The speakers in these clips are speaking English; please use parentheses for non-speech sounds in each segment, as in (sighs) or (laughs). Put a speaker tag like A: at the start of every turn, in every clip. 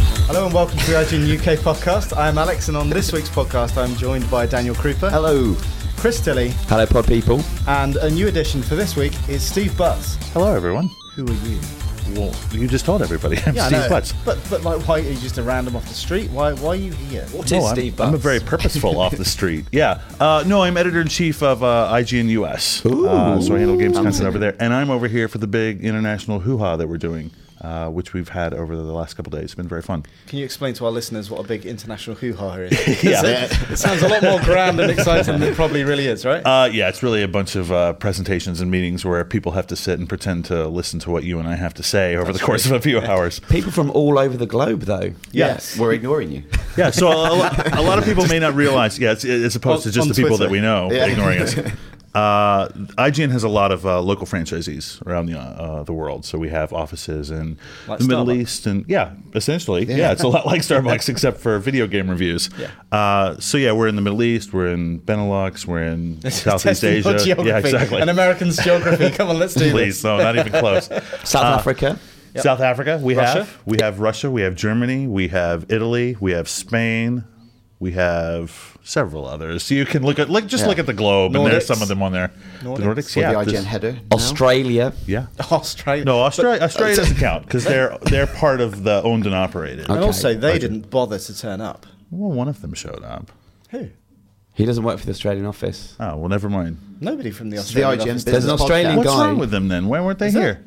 A: Hello and welcome to the IGN UK podcast. I'm Alex, and on this week's podcast, I'm joined by Daniel Krupa.
B: Hello.
A: Chris Tilly,
B: Hello, pod people.
A: and a new addition for this week is Steve Butts.
C: Hello, everyone.
A: Who are you?
C: Well, you just told everybody. (laughs) I'm
A: I
C: Steve
A: know.
C: Butts.
A: But but like, why are you just a random off the street? Why why are you here?
B: What
C: No, I'm, I'm a very
A: (laughs)
C: purposeful off the street. Yeah. Uh, no, I'm editor in chief of uh, IGN US. Uh, so I handle games content over there. And I'm over here for the big international hoo ha that we're doing, uh, which we've had over the last couple days. It's been very fun.
A: Can you explain to our listeners what a big international hoo ha
C: (laughs)
A: is?
C: Yeah.
A: it, it sounds a lot more grand and exciting than it probably really is, right?
C: Uh, yeah, it's really a bunch of uh, presentations and meetings where people have to sit and pretend to listen to what you and I have to say over the course of
A: (laughs)
C: a few hours.
B: People from all over the globe, though.
A: yes.
D: We're ignoring
A: (laughs)
D: you.
C: Yeah, so a, lo- a lot of people may not realize. Yeah, it's, as opposed
A: On-
C: to just
A: on
C: the people
A: Twitter.
C: that we know
D: Yeah.
C: ignoring us. Uh, IGN has a lot of uh, local franchisees around the uh, uh, the world, so we have offices in
A: Like
C: the Middle
A: Starbucks.
C: East and yeah, essentially, yeah. it's a lot like Starbucks except for video game reviews.
A: Yeah.
C: Uh, so yeah, we're in the Middle East, we're in Benelux, we're
A: (laughs)
C: in Southeast
A: Testing your
C: Asia.
A: geography
C: Yeah, exactly.
A: And Americans' geography. Come on, let's do
C: Please,
A: this.
C: no, not even close.
A: (laughs)
B: South
D: Uh,
B: Africa.
C: South Africa. We
A: Russia?
C: have we have Russia. We have Germany. We have Italy. We have Spain. We have several others. So you can look at look just
D: Yeah.
C: look at the globe, and there's
A: Nordics.
C: some of them on there.
A: Nordics.
C: The Nordics,
D: With
C: yeah,
D: the IGN
C: this-
D: header. now.
B: Australia.
C: yeah.
A: Australia.
C: No, Australia Australia doesn't count because they're they're part of the owned and operated.
A: (laughs) and
B: Okay.
A: also, they didn't bother to turn up.
C: Well, one of them showed up.
A: Who?
B: He doesn't work for the Australian office.
C: Oh well, never mind.
A: Nobody from the
D: It's the
A: Australian
D: IGN
A: office.
B: There's
D: business
B: an Australian
D: podcast.
C: What's
B: guy.
C: wrong with them then? Why weren't they
A: that-
C: here?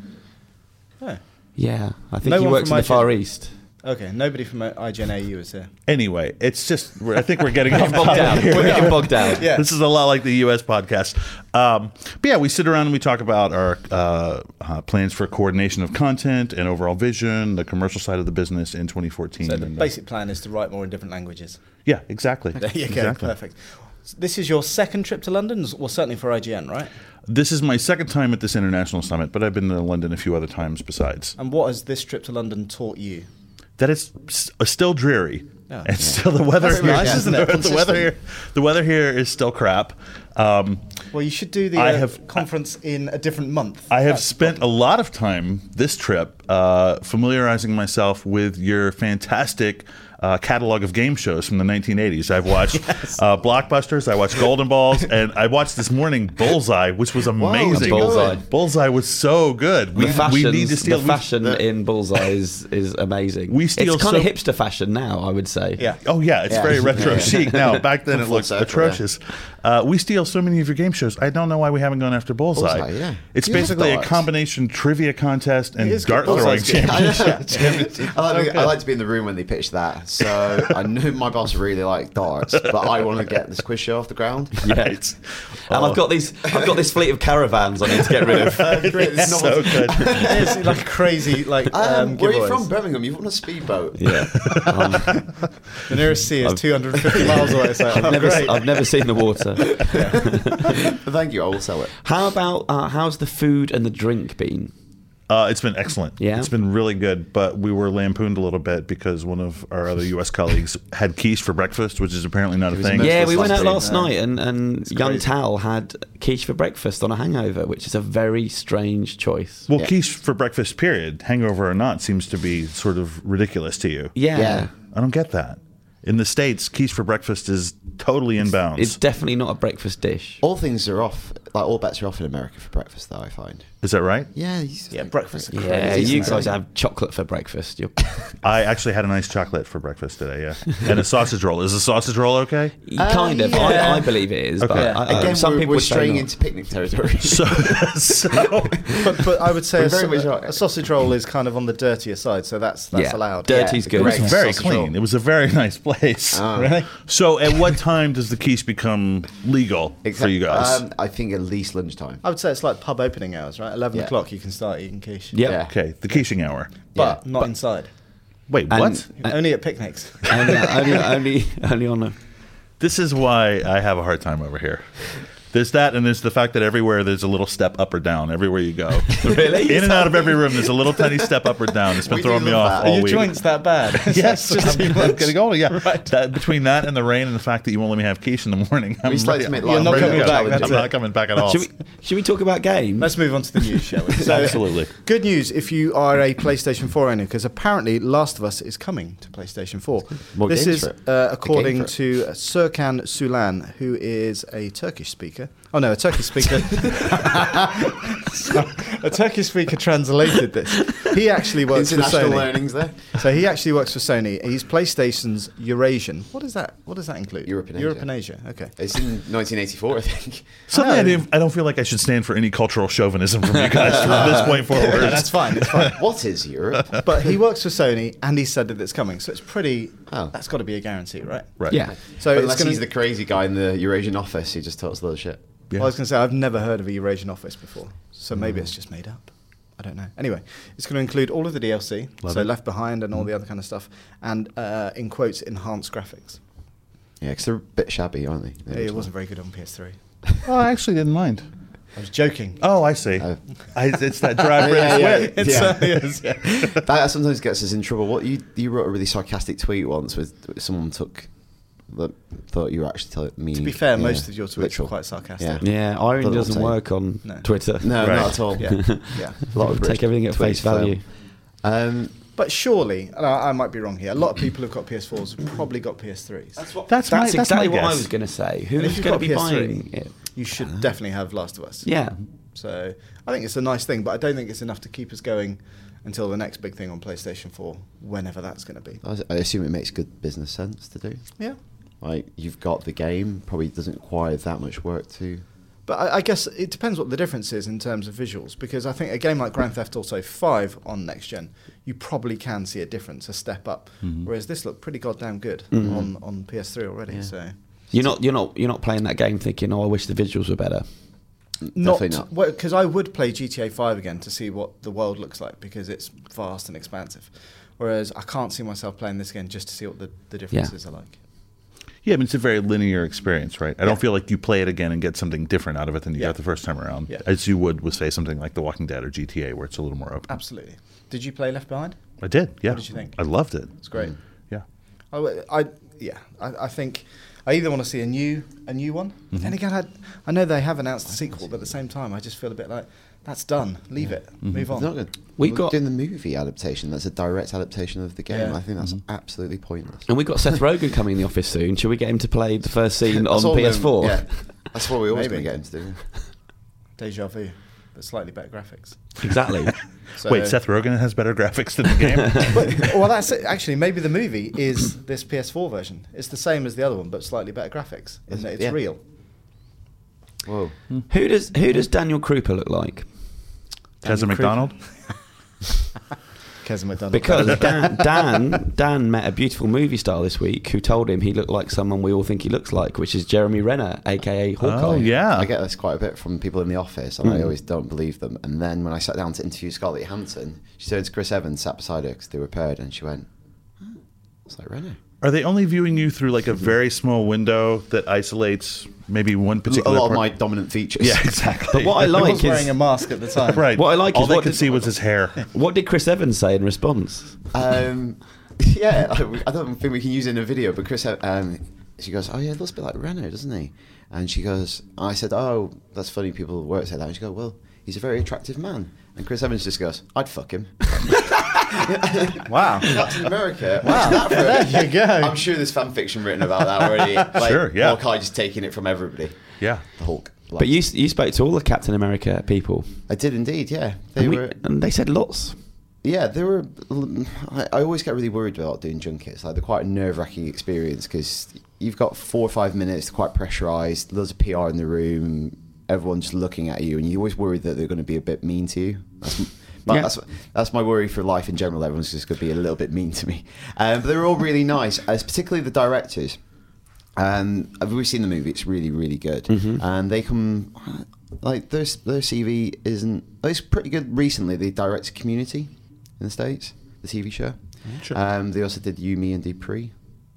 A: No.
B: Yeah, I think
A: No
B: he
A: one
B: works in
A: from
B: the
A: IGN.
B: Far East.
A: Okay, nobody from IGNAU is here.
C: Anyway, it's just we're, I think we're getting off
B: Bogged
C: topic
B: down.
C: here.
B: (laughs) We're getting bogged down.
A: Yeah.
C: This is a lot like the U.S. podcast. Um, but yeah, we sit around and we talk about our uh, uh, plans for coordination of content and overall vision, the commercial side of the business in 2014.
A: So the
C: and, uh,
A: basic plan is to write more in different languages. (laughs)
C: yeah, exactly.
A: There you go,
C: Exactly.
A: perfect. S- This is your second trip to London, s- well, certainly for IGN, right?
C: This is my second time at this international summit, but I've been to London a few other times besides.
A: And what has this trip to London taught you?
C: that it's s- uh, still dreary.
A: Yeah.
C: and still the weather
A: Oh. That's
C: here,
A: nice, isn't it?
C: (laughs) the, weather
A: Consistent.
C: here, the weather here is still crap. Um,
A: Well, you should do the
C: I
A: uh,
C: have-
A: conference in a different month.
C: I have spent a lot of time this trip uh, familiarizing myself with your fantastic uh, catalog of game shows from the 1980s. I've watched uh, Blockbusters, I watched Golden Balls, and I watched this morning Bullseye, which was amazing.
B: Bullseye.
C: Bullseye was so good. We,
B: The fashion,
C: we need to steal.
B: the
C: we-
B: fashion in Bullseye is, is amazing.
C: We steal
B: it's kind of
C: so-
B: hipster fashion now, I would say.
A: Yeah.
C: Oh yeah, it's
D: Yeah.
C: very retro
D: Yeah.
C: chic now. Back then it
D: Full
C: looked
D: circle,
C: atrocious. Uh, we steal so many of your game shows. I don't know why we haven't gone after Bullseye.
D: Bullseye, yeah.
C: It's
D: You love
C: basically a
D: darts.
C: combination trivia contest and
A: It is good.
C: (laughs) dart throwing
A: Bullseye's good.
C: championship.
D: (laughs) I like, to, I like to be in the room when they pitch that. So I knew my boss really liked darts, but I want to get this quiz show off the ground.
B: Yeah.
C: It's-
B: And I've got these. I've got this fleet of caravans I need to get rid of.
D: Great,
C: it's
B: (laughs)
C: so good.
A: it's like crazy, like um,
D: (laughs) Um, where are you
A: giveaways.
D: from? Birmingham. You're on a speedboat.
B: Yeah, Um,
A: The nearest sea is 250 miles away. So
B: I've
D: (laughs)
A: oh,
B: never,
A: great.
B: I've never seen the water.
D: Thank you. I will sell it.
B: How about uh, how's the food and the drink been?
C: Uh, it's been excellent.
B: Yeah.
C: It's been really good, but we were lampooned a little bit because one of our other US colleagues had quiche for breakfast, which is apparently not a
D: was a
C: thing.
D: mess.
B: Yeah,
D: It's
B: we
D: the
B: went out
D: Sunday,
B: last
D: no.
B: night, and, and young
D: crazy.
B: Tal had quiche for breakfast on a hangover, which is a very strange choice.
C: Well,
D: Yeah.
C: quiche for breakfast, period, hangover or not, seems to be sort of ridiculous to you.
B: Yeah,
D: Yeah.
C: I don't get that. In the States, quiche for breakfast is totally in bounds.
B: it's definitely not a breakfast dish.
D: All things are off. Like all bets are off in America for breakfast, though. I find.
C: Is that right?
D: Yeah. you just
A: Yeah,
D: think-
A: breakfast. are
B: Yeah,
A: crazy,
B: you
A: isn't it?
B: guys have chocolate for breakfast.
D: (laughs)
B: You're, (laughs)
C: I actually had a nice chocolate for breakfast today, yeah. And a sausage roll. Is a sausage roll okay?
B: you kind of.
D: Uh, yeah.
B: I, I believe it is, but
C: Okay.
B: I, I,
D: Again,
B: some
D: um, we're,
B: people
D: we're
B: would say
D: straying
B: not.
D: into picnic territory. (laughs)
C: So, (laughs) so
A: (laughs)
B: (laughs)
A: But, but I would say
D: We're
A: a,
D: very
A: sa-
D: much right.
A: a sausage roll is kind of on the dirtier side, so that's that's
B: yeah.
A: allowed.
B: Dirty's
D: Yeah.
B: good.
D: Great.
C: very
D: Sausage
C: clean.
D: roll.
C: It was a very (laughs) nice place.
A: Really?
C: So, at what time does the quiche become legal for
D: Except-
C: you guys?
D: Um, I think at least lunchtime.
A: I would say it's like pub opening hours, right? 11
D: Yeah.
A: o'clock, you can start eating quiche.
B: Yep.
D: Yeah.
C: okay, the quiching hour.
A: But
D: Yeah.
A: not inside.
C: Wait,
B: And-
C: what?
A: Only at picnics. (laughs)
B: And, uh, (laughs) only,
D: (laughs)
B: only, only on a.
C: This is why I have a hard time over here. There's that, and there's the fact that everywhere there's a little step up or down. Everywhere you go,
B: Really?
C: in and out of every room, there's a little tiny step up or down. It's been
D: We do
C: throwing me
D: love
C: off
D: that.
C: all
A: Are your
C: week. (laughs)
A: joints that
D: (laughs)
A: bad?
C: Yes,
A: It's just-
C: I'm, I'm getting older. Yeah,
A: Right.
C: that, between that and the rain and the fact that you won't let me have quiche in the morning, I'm,
D: least let's
C: ready-
D: make
C: I'm
D: life
C: ready to
A: coming
C: go.
A: back,
C: I'm
A: that's
C: not
A: it.
C: coming back at all.
B: Should we, should we talk about games?
A: Let's move on to the news, shall
D: (laughs)
A: we? So,
C: Absolutely.
A: Good news if you are a PlayStation 4 owner, because apparently Last of Us is coming to PlayStation 4.
D: More
A: this is
D: games for it.
A: uh,
D: A game for
A: according
D: it.
A: to Serkan Sulan, who is a Turkish speaker. Oh no, a Turkish speaker. (laughs) a Turkish speaker translated this. He actually works for
D: International
A: Sony.
D: learnings (laughs) there.
A: So he actually works for Sony. He's PlayStation's Eurasian. What is that? What does that include?
D: Europe and Asia.
A: Europe and Asia. Okay.
D: It's in 1984, I think.
C: Suddenly, I, didn't, I don't feel like I should stand for any cultural chauvinism from you guys from this point forward.
A: No, that's fine. It's fine.
D: (laughs) What is Europe?
A: (laughs) But he works for Sony, and he said that it's coming. So it's pretty.
D: Oh.
A: That's got to be a guarantee, right?
C: right.
B: Yeah.
A: So
D: Unless
A: it's going
D: he's
A: to.
D: the crazy guy in the Eurasian office who just talks a lot of shit.
C: Yeah.
A: I was going to say I've never heard of a Eurasian office before, so maybe it's just made up. I don't know. Anyway, it's going to include all of the DLC,
C: Love
A: so
C: it.
A: Left Behind and all the other kind of stuff, and uh, in quotes, enhanced graphics.
D: Yeah, because they're a bit shabby, aren't they? The
A: Yeah, it
D: original.
A: wasn't very good on PS3.
C: Oh, I actually didn't mind.
A: I was joking.
C: (laughs) Oh, I see.
D: Oh.
C: I, it's
A: (laughs)
C: that dry
D: Yeah,
C: British wit.
D: yeah, yeah.
A: uh, It certainly is, yeah.
D: That sometimes gets us in trouble. What you you wrote a really sarcastic tweet once with someone took that thought you were actually telling me.
A: To be fair, most of your tweets were quite sarcastic.
B: Yeah, irony
D: But I'll
B: doesn't
D: take-
B: work on
A: No.
B: Twitter.
D: No,
C: Right.
D: not at all.
B: (laughs)
A: Yeah. yeah.
D: A lot of
B: Take
D: British
B: everything at face
D: tweets fail.
B: value.
D: Um,
A: But surely, and I, I might be wrong here. A lot of people who've got PS4s have probably got PS3s.
C: That's, my,
B: That's exactly
C: that's my
B: what I
C: guess.
B: was going to say.
A: And
B: Who's
A: if you've
B: going
A: got
B: to be
A: PS3,
B: buying it?
A: you should definitely have Last of Us.
B: Yeah.
A: So I think it's a nice thing, but I don't think it's enough to keep us going until the next big thing on PlayStation 4, whenever that's going to be.
D: I was- I assume it makes good business sense to do.
A: Yeah.
D: Like you've got the game, probably doesn't require that much work to.
A: But I, I guess it depends what the difference is in terms of visuals, because I think a game like Grand Theft Auto 5 on next gen, you probably can see a difference, a step up. Whereas this looked pretty goddamn good on, on PS3 already. So
B: You're not you're not you're not playing that game thinking, "Oh, I wish the visuals were better."
D: Definitely not.
A: because I would play GTA 5 again to see what the world looks like because it's vast and expansive. Whereas I can't see myself playing this game just to see what the, the differences are like.
C: Yeah, but it's a very linear experience, right? I
A: Yeah.
C: don't feel like you play it again and get something different out of it than you
A: Yeah.
C: got the first time around,
A: Yeah.
C: as you would with say something like The Walking Dead or GTA, where it's a little more open.
A: Absolutely. Did you play Left Behind?
C: I did. Yeah.
A: Oh. did you think?
C: I loved it.
A: It's
D: Mm.
A: great.
C: Yeah.
A: I w I I, yeah, I, I think I either want to see a new a new one,
D: Mm-hmm.
A: and again, I, I know they have announced a sequel, but at the same time, I just feel a bit like that's done. Leave it, move
D: Mm-hmm. It's
A: on.
D: not good.
B: We've
D: We're
B: got-
D: doing the movie adaptation. That's a direct adaptation of the game.
A: Yeah.
D: I think that's
B: Mm-hmm.
D: absolutely pointless.
B: And we've got Seth Rogen coming in the office soon. Should we get him to play the first (laughs) scene on
D: That's all we-
B: PS4?
D: yeah, that's what we always
A: Maybe.
D: going to get him to do.
A: Deja vu, but slightly better graphics.
B: (laughs) Exactly.
A: So-
C: Wait, Seth Rogen has better graphics than the game.
A: But, well, that's it. Actually, maybe the movie is this PS4 version. It's the same as the other one, but slightly better graphics. In
D: Is
A: that
D: it?
A: it's
D: Yeah.
A: real.
D: Whoa.
B: who does who does Daniel Krupa look like?
C: Tessa McDonald.
A: Kevin McDonald.
B: Because (laughs) Dan, Dan Dan met a beautiful movie star this week who told him he looked like someone we all think he looks like, which is Jeremy Renner, aka Hawkeye.
C: Oh yeah.
D: I get this quite a bit from people in the office, and I always don't believe them. And then when I sat down to interview Scarlett Johansson, she turned to Chris Evans, sat beside her because they were paired, and she went, "It's like Renault."
C: Are they only viewing you through like a
D: Mm-hmm.
C: very small window that isolates maybe one
D: A
C: particular?
D: lot of
C: part-
D: my dominant features. (laughs)
C: Yeah, exactly.
B: But what
C: (laughs)
B: I
A: I
B: like
A: was
B: is
A: wearing a mask at the
B: (laughs)
A: time.
C: Right.
B: What I like
C: all
B: is
C: they
B: what
C: could
B: did-
C: see was his
D: (laughs)
C: hair.
B: what did Chris Evans say in response?
D: Um, yeah, I, I don't think we can use it in a video, but Chris, um, she goes, "Oh yeah, it looks a bit like Renault, doesn't he?" And she goes, "I said, oh, that's funny. People at work say that." And she goes, "Well, he's a very attractive man." And Chris Evans just goes, "I'd fuck him."
A: Wow.
D: Captain America. Wow. That for?
A: There you go.
D: I'm sure there's fan fiction written about that already. Like,
C: Sure, yeah.
D: Hawkeye just taking it from everybody.
C: Yeah.
D: The Hulk.
B: But you you spoke to all the Captain America people,
D: I did indeed. Yeah, they
B: and, we,
D: were.
B: and they said lots.
D: Yeah, they were. I, I always get really worried about doing junkets. Like they're quite a nerve-wracking experience because you've got four or five minutes, quite pressurized. Loads of PR in the room. Everyone's just looking at you, and you always worry that they're going to be a bit mean to you. That's, but
B: Yeah.
D: that's that's my worry for life in general. Everyone's just going to be a little bit mean to me. Um, but they were all really nice, as particularly the directors. Um, I've always seen the movie; it's really, really good.
B: Mm-hmm.
D: And they come, like their their CV isn't. It's pretty good recently. They direct Community in the states, the TV show. Um, they also did Yumi and Dupree.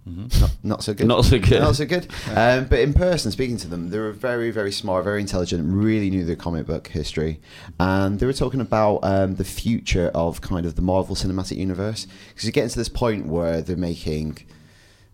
D: Not, not so good.
B: Mm-hmm. (laughs) Not so good.
D: Not so good. Um, but in person, speaking to them, they were very, very smart, very intelligent, really knew their comic book history. And they were talking about um, the future of kind of the Marvel Cinematic Universe. Because you're getting to this point where they're making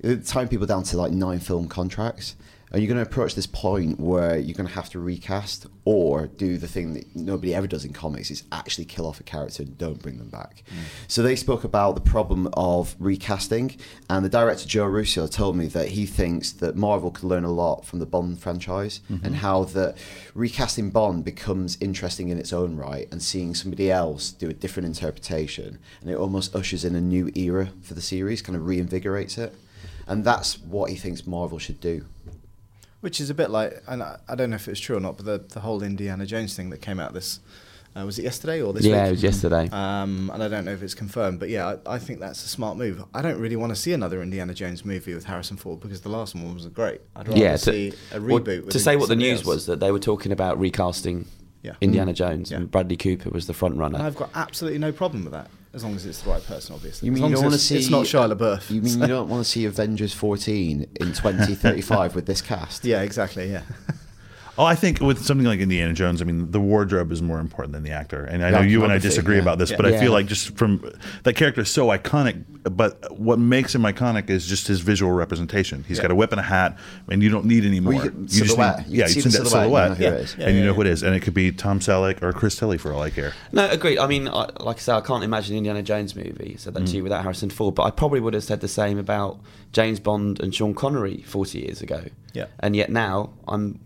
D: uh, tying people down to like nine film contracts. And you're going to approach this point where you're going to have to recast or do the thing that nobody ever does in comics is actually kill off a character and don't bring them back. So they spoke about the problem of recasting. And the director, Joe Russo, told me that he thinks that Marvel could learn a lot from the Bond franchise and how that recasting Bond becomes interesting in its own right and seeing somebody else do a different interpretation. And it almost ushers in a new era for the series, kind of reinvigorates it. And that's what he thinks Marvel should do.
A: (laughs) Which is a bit like, and I, I don't know if it's true or not, but the, the whole Indiana Jones thing that came out this, uh, was it yesterday or this
B: yeah, it
A: week?
B: was yesterday.
A: Um, and I don't know if it's confirmed, but yeah, I, I think that's a smart move. I don't really want to see another Indiana Jones movie with Harrison Ford because the last one was great. I'd rather
B: yeah,
A: see a
B: well,
A: reboot. with
B: to say what the
A: somebody
B: news
A: else.
B: was that they were talking about recasting
A: Yeah.
B: Indiana Jones,
A: Yeah.
B: and Bradley Cooper was the front runner.
A: And I've got absolutely no problem with that, as long as it's the right person, obviously.
D: You
A: As
D: mean
A: long
D: you
A: as
D: don't want to
A: it's-
D: see?
A: It's not Shia LaBeouf.
D: You
A: (laughs)
D: mean (laughs) you don't want to see Avengers 14 in 2035 with this cast?
A: Yeah, exactly. Yeah.
C: Oh, I think with something like Indiana Jones, I mean, the wardrobe is more important than the actor. And I know you and I
D: Iconography,
C: disagree
D: yeah.
C: about this,
A: Yeah.
C: but I
B: Yeah.
C: feel like just from that character is so iconic. But what makes him iconic is just his visual representation. He's got a whip and a hat, and you don't need any more.
D: Well, you get silhouette.
C: Just need,
D: You
C: yeah,
D: can
C: you
D: see
C: see
D: the
C: that
D: silhouette,
C: silhouette,
D: you know who it is.
C: and you know who it is. And it could be Tom Selleck or Chris Tilly for all I care.
B: No, agreed. I mean, I, like I said, I can't imagine Indiana Jones movie. Said
A: Mm.
B: that to you without Harrison Ford, but I probably would have said the same about James Bond and Sean Connery forty years ago.
A: Yeah.
B: and yet now I'm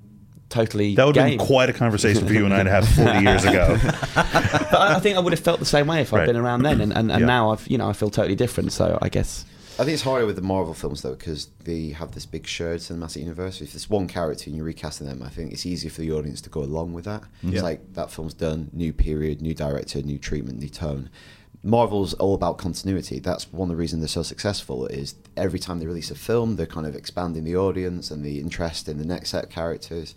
B: totally
C: That would have
B: game.
C: been quite a conversation for you and I to
B: (laughs)
C: have 40 years ago.
B: but (laughs) I, I think I would have felt the same way if I'd
C: Right.
B: been around then, and, and, and
C: Yeah.
B: now I've you know I feel totally different. So I guess
D: I think it's harder with the Marvel films though because they have this big shared cinematic universe. If there's one character and you're recasting them, I think it's easier for the audience to go along with that.
B: Mm-hmm.
D: It's like that film's done, new period, new director, new treatment, new tone. Marvel's all about continuity. That's one of the reasons they're so successful. Is every time they release a film, they're kind of expanding the audience and the interest in the next set of characters.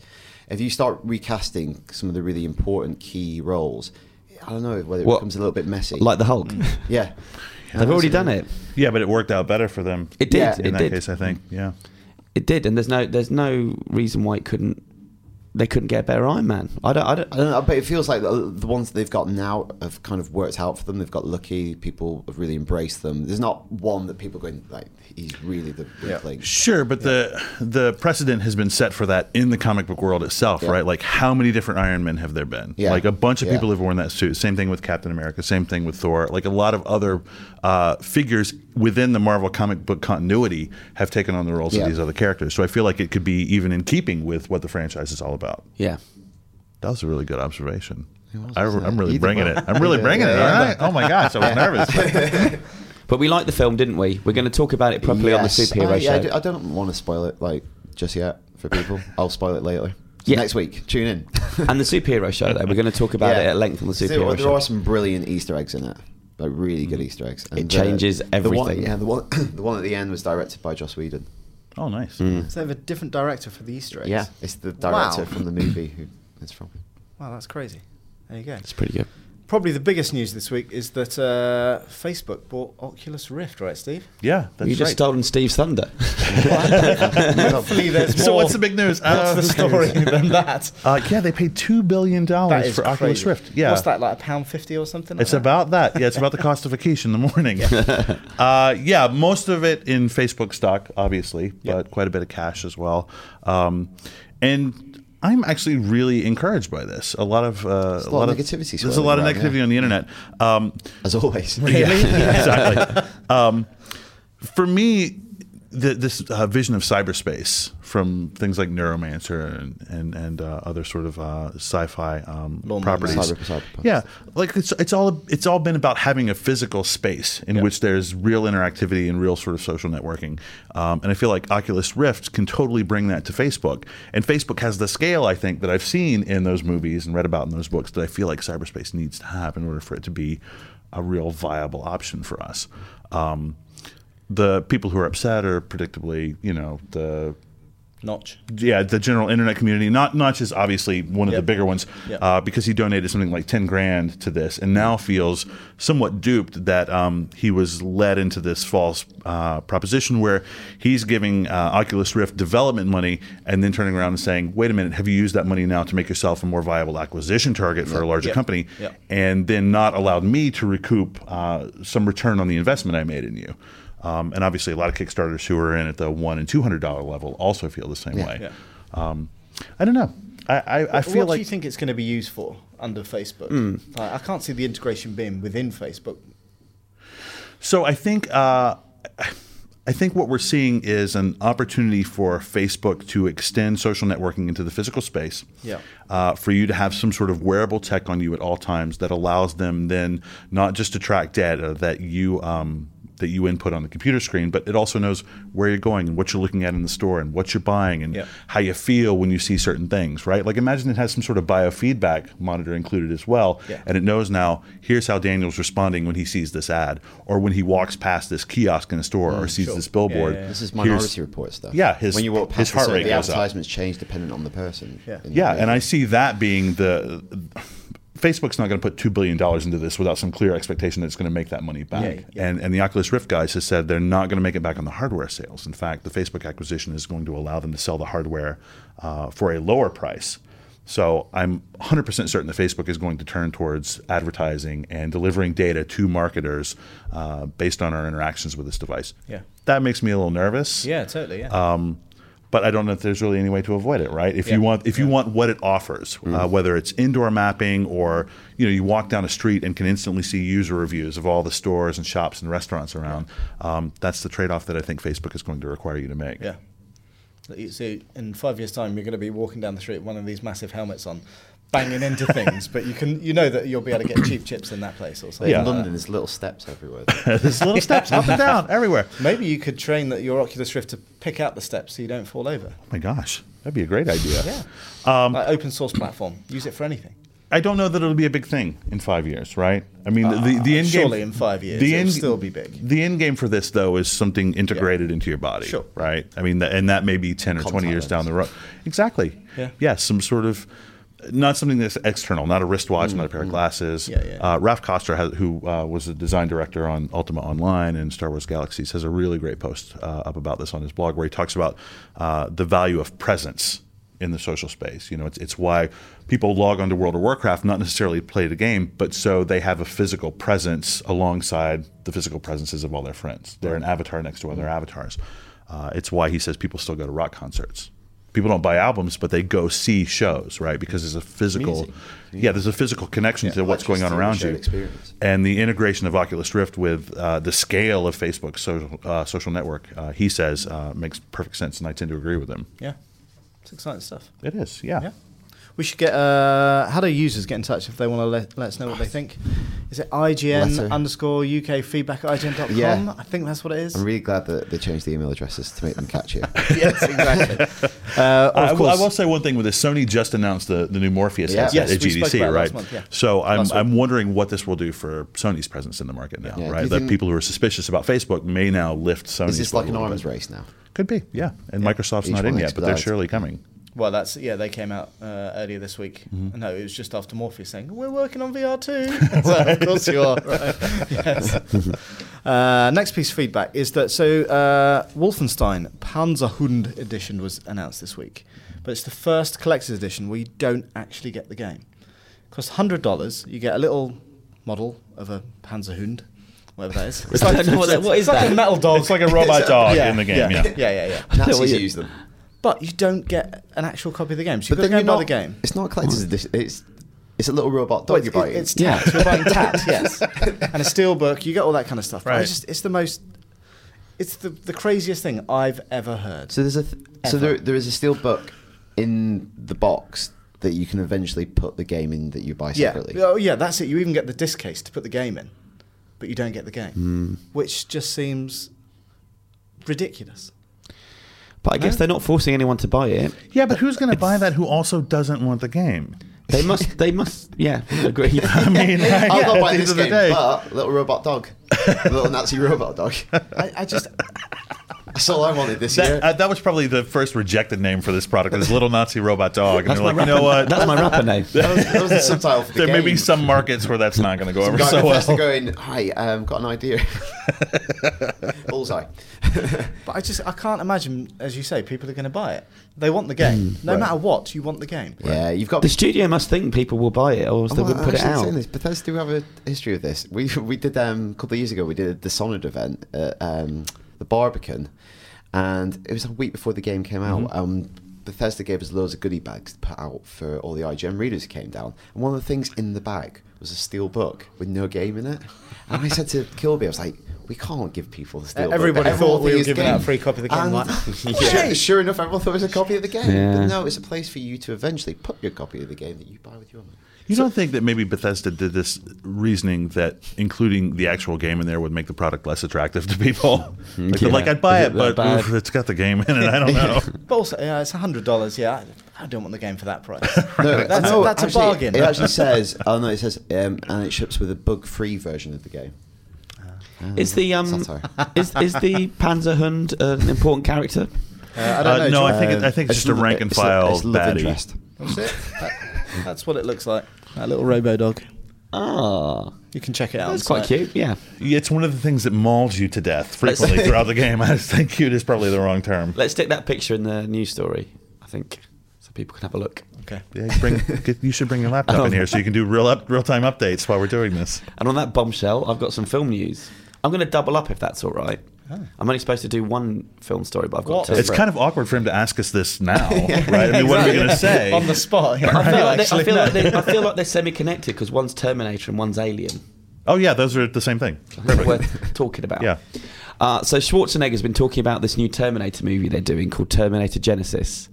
D: If you start recasting some of the really important key roles, I don't know whether it
B: Well,
D: becomes a little bit messy.
B: like the Hulk,
A: Mm.
D: yeah,
B: they've already done it.
C: Yeah, but it worked out better for them.
B: It did.
D: Yeah.
C: in
B: it
C: that
B: did.
C: case, I think. Yeah.
B: It did, and there's no there's no reason why it couldn't they couldn't get a better Iron Man. I don't I don't
D: I don't know, but it feels like the the ones that they've got now have kind of worked out for them. They've got lucky. People have really embraced them. There's not one that people are going like he's really the
A: Yeah.
D: yeah. thing.
C: Sure, but the the precedent has been set for that in the comic book world itself,
D: Yeah.
C: right? Like how many different Iron Men have there been?
D: Yeah.
C: Like a bunch of
D: Yeah.
C: people have worn that suit. Same thing with Captain America, same thing with Thor. Like a lot of other uh, figures within the Marvel comic book continuity have taken on the roles
D: Yeah.
C: of these other characters. So I feel like it could be even in keeping with what the franchise is all about.
B: yeah.
C: That was a really good observation.
D: was,
C: I,
D: wasn't
C: am
D: it?
C: really
D: Either
C: bringing
D: one.
C: it.
A: (laughs)
C: I'm really
D: Yeah,
C: bringing it.
D: yeah,
C: All
D: yeah.
C: right. Oh my gosh, I was nervous.
B: But we liked the film, didn't we? We're going to talk about it properly
D: Yes.
B: on the superhero
D: I, yeah, I
B: show.
D: do- (laughs) I don't want to spoil it like just yet
B: (laughs)
D: for people. I'll spoil it later.
B: Yeah.
D: Next week, tune in.
B: and the
D: (laughs)
B: superhero show, though, we're going to talk about
D: Yeah.
B: it at length on the
D: So
B: superhero
D: there, there
B: show.
D: are some brilliant Easter eggs in it, like really good Easter eggs. And
B: Mm. It changes
D: The one,
B: everything.
D: yeah, the one, (coughs) the one at the end was directed by Joss Whedon.
C: oh, nice.
A: So they have a different director for the Easter eggs.
D: Yeah, it's the director
A: Wow.
D: from the movie who it's from.
A: Wow, that's crazy. There you go.
B: It's pretty good.
A: Probably the biggest news this week is that uh, Facebook bought Oculus Rift, right, Steve?
C: Yeah, that's
B: you just
C: (laughs) right.
B: stolen Steve's
D: (laughs)
B: thunder. (laughs)
A: Hopefully, there's more.
C: So what's the big news?
A: What's
C: (laughs)
A: the story (laughs) than that?
C: Uh, yeah, they paid two billion
A: That
C: dollars
A: is
C: for Oculus
A: crazy.
C: Rift. Yeah,
A: What's that like a pound fifty or something? like
C: It's
A: that?
C: about that. Yeah,
A: (laughs)
C: it's about the cost of a quiche in the morning. (laughs) uh, yeah, most of it in Facebook stock, obviously, but quite a bit of cash as well. Um, and I'm actually really encouraged by this. A lot of uh,
D: a lot of negativity
C: There's a lot of
D: swirling around,
C: negativity
D: yeah.
C: on the internet.
D: (laughs)
C: Um,
B: (laughs)
D: As always.
C: yeah, (laughs) exactly. Um, for me, the, this uh, vision of cyberspace from things like Neuromancer and and, and uh, other sort of uh, sci-fi um,
A: Lawnmower
C: properties.
D: Man. Cyber- cyberpunk.
C: yeah, like it's it's all it's all been about having a physical space in which there's real interactivity and real sort of social networking. Um, and I feel like Oculus Rift can totally bring that to Facebook. And Facebook has the scale I think that I've seen in those movies and read about in those books that I feel like cyberspace needs to have in order for it to be a real viable option for us. Um, the people who are upset are predictably, you know, the
A: Notch.
C: yeah, the general internet community. Not Notch is obviously one of
A: Yep.
C: the bigger ones
A: Yep.
C: uh, because he donated something like ten grand to this, and now feels somewhat duped that um, he was led into this false uh, proposition where he's giving uh, Oculus Rift development money and then turning around and saying, "Wait a minute, have you used that money now to make yourself a more viable acquisition target for a larger
A: Yep.
C: company?"
A: Yep.
C: And then not allowed me to recoup uh, some return on the investment I made in you. Um, and obviously, a lot of Kickstarters who are in at the one and two hundred dollar level also feel the same way.
A: Yeah.
C: Um, I don't know. I, I, I
A: What
C: feel
A: do you
C: like Hmm.
A: think it's going to be used for under Facebook? Like, I can't see the integration being within Facebook.
C: so. I think uh, I think what we're seeing is an opportunity for Facebook to extend social networking into the physical space.
A: Yeah.
C: Uh, for you to have some sort of wearable tech on you at all times that allows them then not just to track data that you um, that you input on the computer screen, but it also knows where you're going and what you're looking at in the store and what you're buying and
A: Yeah.
C: how you feel when you see certain things, right? Like imagine it has some sort of biofeedback monitor included as well,
A: Yeah.
C: and it knows now here's how Daniel's responding when he sees this ad or when he walks past this kiosk in a store or
A: Mm,
C: sees
A: sure.
C: this billboard.
A: Yeah.
D: This is
C: Here's-
D: Minority Report stuff.
C: Yeah, his-
D: when you walk
C: his
D: past the
C: heart
D: server,
C: rate
D: the
C: goes up.
D: advertisements change dependent on the person.
A: Yeah.
C: Yeah, and I see that being the Facebook's not going to put two billion dollars into this without some clear expectation that it's going to make that money back.
A: Yeah, yeah.
C: And and the Oculus Rift guys have said they're not going to make it back on the hardware sales. In fact, the Facebook acquisition is going to allow them to sell the hardware uh, for a lower price. So I'm 100% certain that Facebook is going to turn towards advertising and delivering data to marketers uh, based on our interactions with this device.
A: Yeah.
C: that makes me a little nervous
A: Yeah, totally. Yeah.
C: but I don't know if there's really any way to avoid it, right? If
A: Yeah.
C: you want, if you want what it offers, uh, whether it's indoor mapping or you know you walk down a street and can instantly see user reviews of all the stores and shops and restaurants around, um, that's the trade-off that I think Facebook is going to require you to make.
A: yeah. Like, you- So in five years' time, you're going to be walking down the street with one of these massive helmets on, banging
D: (laughs)
A: into things, but you can you know that you'll be able to get cheap chips in that place or something.
C: Yeah.
D: yeah.
A: like
D: in London,
A: that.
D: there's little steps everywhere.
C: (laughs) (laughs) there's little steps up and down everywhere.
A: Uh, Maybe you could train that your Oculus Rift to pick out the steps so you don't fall over.
C: Oh my gosh, that'd be a great idea.
A: Yeah. like open source platform. Use it for anything.
C: I don't know that it'll be a big thing in five years, right? I mean, the- the, the end game.
A: Uh, surely in five years it'll still be big.
C: The end game for this, though, is something integrated into your body,
A: Sure.
C: right? I mean, th- and that may be 10 or 20 years
D: Contactless.
C: down the road. Exactly.
A: Yeah.
C: some sort of. Not something that's external, not a wristwatch, not a
A: Mm-hmm.
C: pair of glasses.
A: Yeah, yeah.
C: Uh, Ralph Koster, has, who uh, was the design director on Ultima Online and Star Wars Galaxies, has a really great post uh, up about this on his blog where he talks about uh, the value of presence in the social space. You know, it's, it's why people log onto World of Warcraft, not necessarily to play the game, but so they have a physical presence alongside the physical presences of all their friends. They're an avatar next to other avatars. Uh, it's why he says people still go to rock concerts. People don't buy albums, but they go see shows, right? Because there's a physical,
D: Music.
C: yeah, there's a physical connection to what's going on
D: Electricity,
C: around
D: shared
C: you
D: experience.
C: and the integration of Oculus Rift with uh, the scale of Facebook's social, uh, social network, uh, he says, uh, makes perfect sense, and I tend to agree with him.
A: Yeah. It's exciting stuff.
C: It is, yeah.
A: Yeah. We should get. Uh, how do users get in touch if they want to let, let us know what they think? Is it IGN
D: Letter.
A: underscore UK feedback at IGN.com?
D: Yeah.
A: I think that's what it is.
D: I'm really glad that they changed the email addresses to make
C: (laughs)
D: them catchy.
A: (laughs) yes, exactly. uh,
C: I,
A: of
C: will- I
A: course.
C: will say one thing with this. Sony just announced the, the new Morpheus
D: Yeah.
C: headset
A: Yes,
C: at
A: we spoke
C: GDC,
A: about it
C: right?
A: last month, yeah.
C: So I'm,
A: Last week.
C: I'm wondering what this will do for Sony's presence in the market now,
D: Yeah. Do
C: right?
D: you
C: The
D: think-
C: people who are suspicious about Facebook may now lift Sony's.
D: Is this
C: foot a
D: like an
C: little
D: arms
C: bit. (laughs)
D: race now?
C: Could be, yeah. And Microsoft's
D: Each
C: not in
D: one
C: yet, but they're
D: expedites.
C: surely coming.
A: well, that's yeah. They came out uh, earlier this week. No, it was just after Morpheus saying we're working on VR (laughs) too. so, of course you are. Right. Yes. (laughs) Uh, next piece of feedback is that so uh, Wolfenstein Panzerhund edition was announced this week, but it's the first collector's edition where you don't actually get the game. It costs hundred dollars. You get a little model of a Panzerhund, whatever that
C: (laughs)
A: is. It's
B: I don't know what that- what is
A: it's like
B: that?
A: a metal dog.
C: It's like a robot dog in the game, yeah.
A: yeah, yeah, yeah.
D: Nazis use them.
A: But you don't get an actual copy of the game. So you've got to go
D: you're
A: buy
D: not-
A: the game.
D: It's not a collector's edition. It's it's a little robot dog
A: Well,
D: you're
A: it's,
D: buying.
A: it's tat. You're buying tat,
D: (laughs)
A: yes. And a steel book. You get all that kind of stuff. But I
C: Right.
A: just, it's the most. It's the, the craziest thing I've ever heard.
D: So there's a th-
A: Ever.
D: so there there is a steel book in the box that you can eventually put the game in that you buy
A: yeah.
D: separately.
A: Oh, yeah, that's it. You even get the disc case to put the game in, but you don't get the game,
D: Hmm.
A: which just seems ridiculous.
B: But I guess they're not forcing anyone to buy it.
C: Yeah, but who's going to buy that who also doesn't want the game?
B: They must. They must. Yeah,
D: (laughs)
B: agree.
C: I mean, right,
D: I'll not
C: at
D: buy
C: the
D: this
C: (laughs) end of the
D: game,
C: day- (laughs)
D: (laughs) but little robot dog, little Nazi robot dog.
A: I, I just.
D: That's all I wanted this year.
C: That, uh, that was probably the first rejected name for this product. This little Nazi robot dog, and
B: That's
C: they're
B: my
C: like, you know what?
B: That's my rapper name.
D: that, was, (laughs) that was the subtitle for the
C: there
D: game.
C: may be some markets where that's not going to go over
D: guy
C: so
D: professor
C: well.
D: going, hi, um, got an idea.
C: (laughs)
D: Bullseye. (laughs)
A: But I just I can't imagine, as you say, people are going to buy it. They want the game, no matter what. You want the game.
D: Hmm. Yeah, you've got
B: The studio must think people will buy it, or else they
D: I'm
B: wouldn't put it
D: actually
B: out.
D: saying This. Bethesda do have a history of this. We (laughs) we did um, a couple of years ago. We did a Dishonored event at um, the Barbican, and it was a week before the game came out.
B: Mm-hmm.
D: Um, Bethesda gave us loads of goodie bags to put out for all the IGN readers who came down. And one of the things in the bag was a steel book with no game in it. And I said to (laughs) Kilby, I was like, "We can't give people the steel."
A: Everybody
D: book. Everyone
A: thought we were
D: thinks
A: giving
D: game."
A: out a free copy of the game.
D: And-
A: like, (laughs)
D: yeah, (laughs) sure enough, everyone thought it was a copy of the game.
B: Yeah.
D: But no, it's a place for you to eventually put your copy of the game that you buy with your money.
C: You don't think that maybe Bethesda did this reasoning that including the actual game in there would make the product less attractive to people? Like, they're
B: Yeah.
C: like I'd buy
B: Is
C: it,
B: it that
C: but oof,
B: bad?
C: it's got the game in it. I don't know.
A: but also, yeah, it's hundred dollars. Yeah, I, I don't want the game for that
D: (laughs)
A: price.
D: No,
A: That's-
D: no,
A: that's a
D: actually,
A: bargain.
D: It actually says, oh no, it says, um, and it ships with a bug-free version of the game.
B: Is the um
D: Satire.
B: (laughs) is is the Panzerhund uh, an important character?
A: Uh, I don't
C: Uh,
A: know. Um,
C: no,
A: John.
C: I think it, I think it's just a
D: lo-
C: rank and
D: it's lo-
C: file
D: it's love
C: baddie. (laughs)
D: interest.
A: That's it. That- (laughs) that's what it looks like. That little robo dog.
B: Ah,
A: You can check it out.
B: that's
A: on
B: quite
A: site.
B: cute. Yeah.
C: Yeah, It's one of the things that mauls you to death frequently
B: Let's-
C: throughout the game. (laughs) I think cute is probably the wrong term.
B: (laughs) Let's stick that picture in the news story. I think so people can have a look.
A: Okay.
C: Yeah, you bring, get- you should bring your laptop in here so you can do real up, real time updates while we're doing this.
B: And on that bombshell, I've got some film news. I'm going to double up if that's all right. I'm only supposed to do one film story, but I've got
A: What?
B: two.
C: It's kind of awkward for him to ask us this now, right? I mean, what are we going to say?
A: on the spot?
C: (laughs)
A: yeah.
B: I feel,
A: No,
B: like they, I,
A: actually,
B: feel like
A: no.
B: they, I feel like they're semi-connected because one's Terminator and one's Alien.
C: Oh yeah, those are the same thing. Perfect.
B: worth talking about.
C: Yeah.
B: Uh, so Schwarzenegger's been talking about this new Terminator movie they're doing called Terminator Genesis,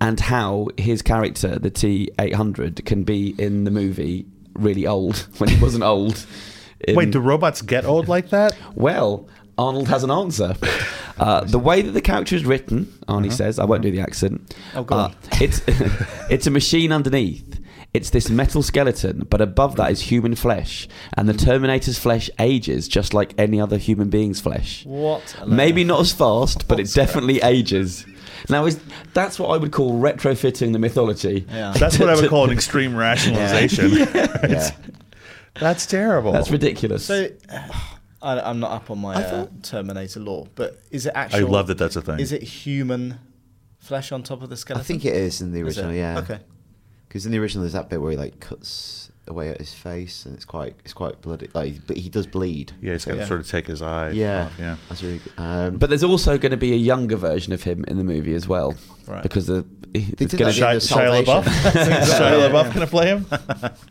B: and how his character, the T eight hundred, can be in the movie really old (laughs) when he wasn't old. In-
C: Wait, do robots get old like that?
B: well, Arnold has an
C: (laughs)
B: answer. Uh, the way that the character is written, Arnie
C: Uh-huh.
B: says, I won't do the accent. Uh,
A: Oh, go on.
B: it's, (laughs) it's a machine underneath. It's this metal skeleton, but above that is human flesh. And the Terminator's flesh ages just like any other human being's flesh.
A: What? a load.
B: Maybe not as fast, but it definitely ages. Now, is that's what I would call retrofitting the mythology.
A: Yeah.
C: That's what
B: (laughs)
C: I would call an extreme rationalization.
D: Yeah.
C: That's terrible.
B: That's ridiculous.
A: So, (sighs) uh, I, I'm not up on my uh, Terminator law, but is it actually?
C: love that that's a thing.
A: Is it human flesh on top of the
D: I
A: skeleton?
D: think it is in the
A: Is it?
D: original. Yeah.
A: Okay.
D: Because in the original, there's that bit where he like cuts away at his face, and it's quite it's quite bloody. Like, but he does bleed.
C: yeah, he's got to
A: Yeah.
C: sort of take his eye.
D: Yeah.
C: off, yeah.
D: That's really. Good. Um,
B: But there's also going to be a younger version of him in the movie as well,
A: Right.
B: because the it's
D: did
B: gonna
D: that
B: be-
D: in
C: Shia, Shia
D: the
C: LaBeouf.
D: Salvation.
C: (laughs) Shia LaBeouf going to play him. (laughs)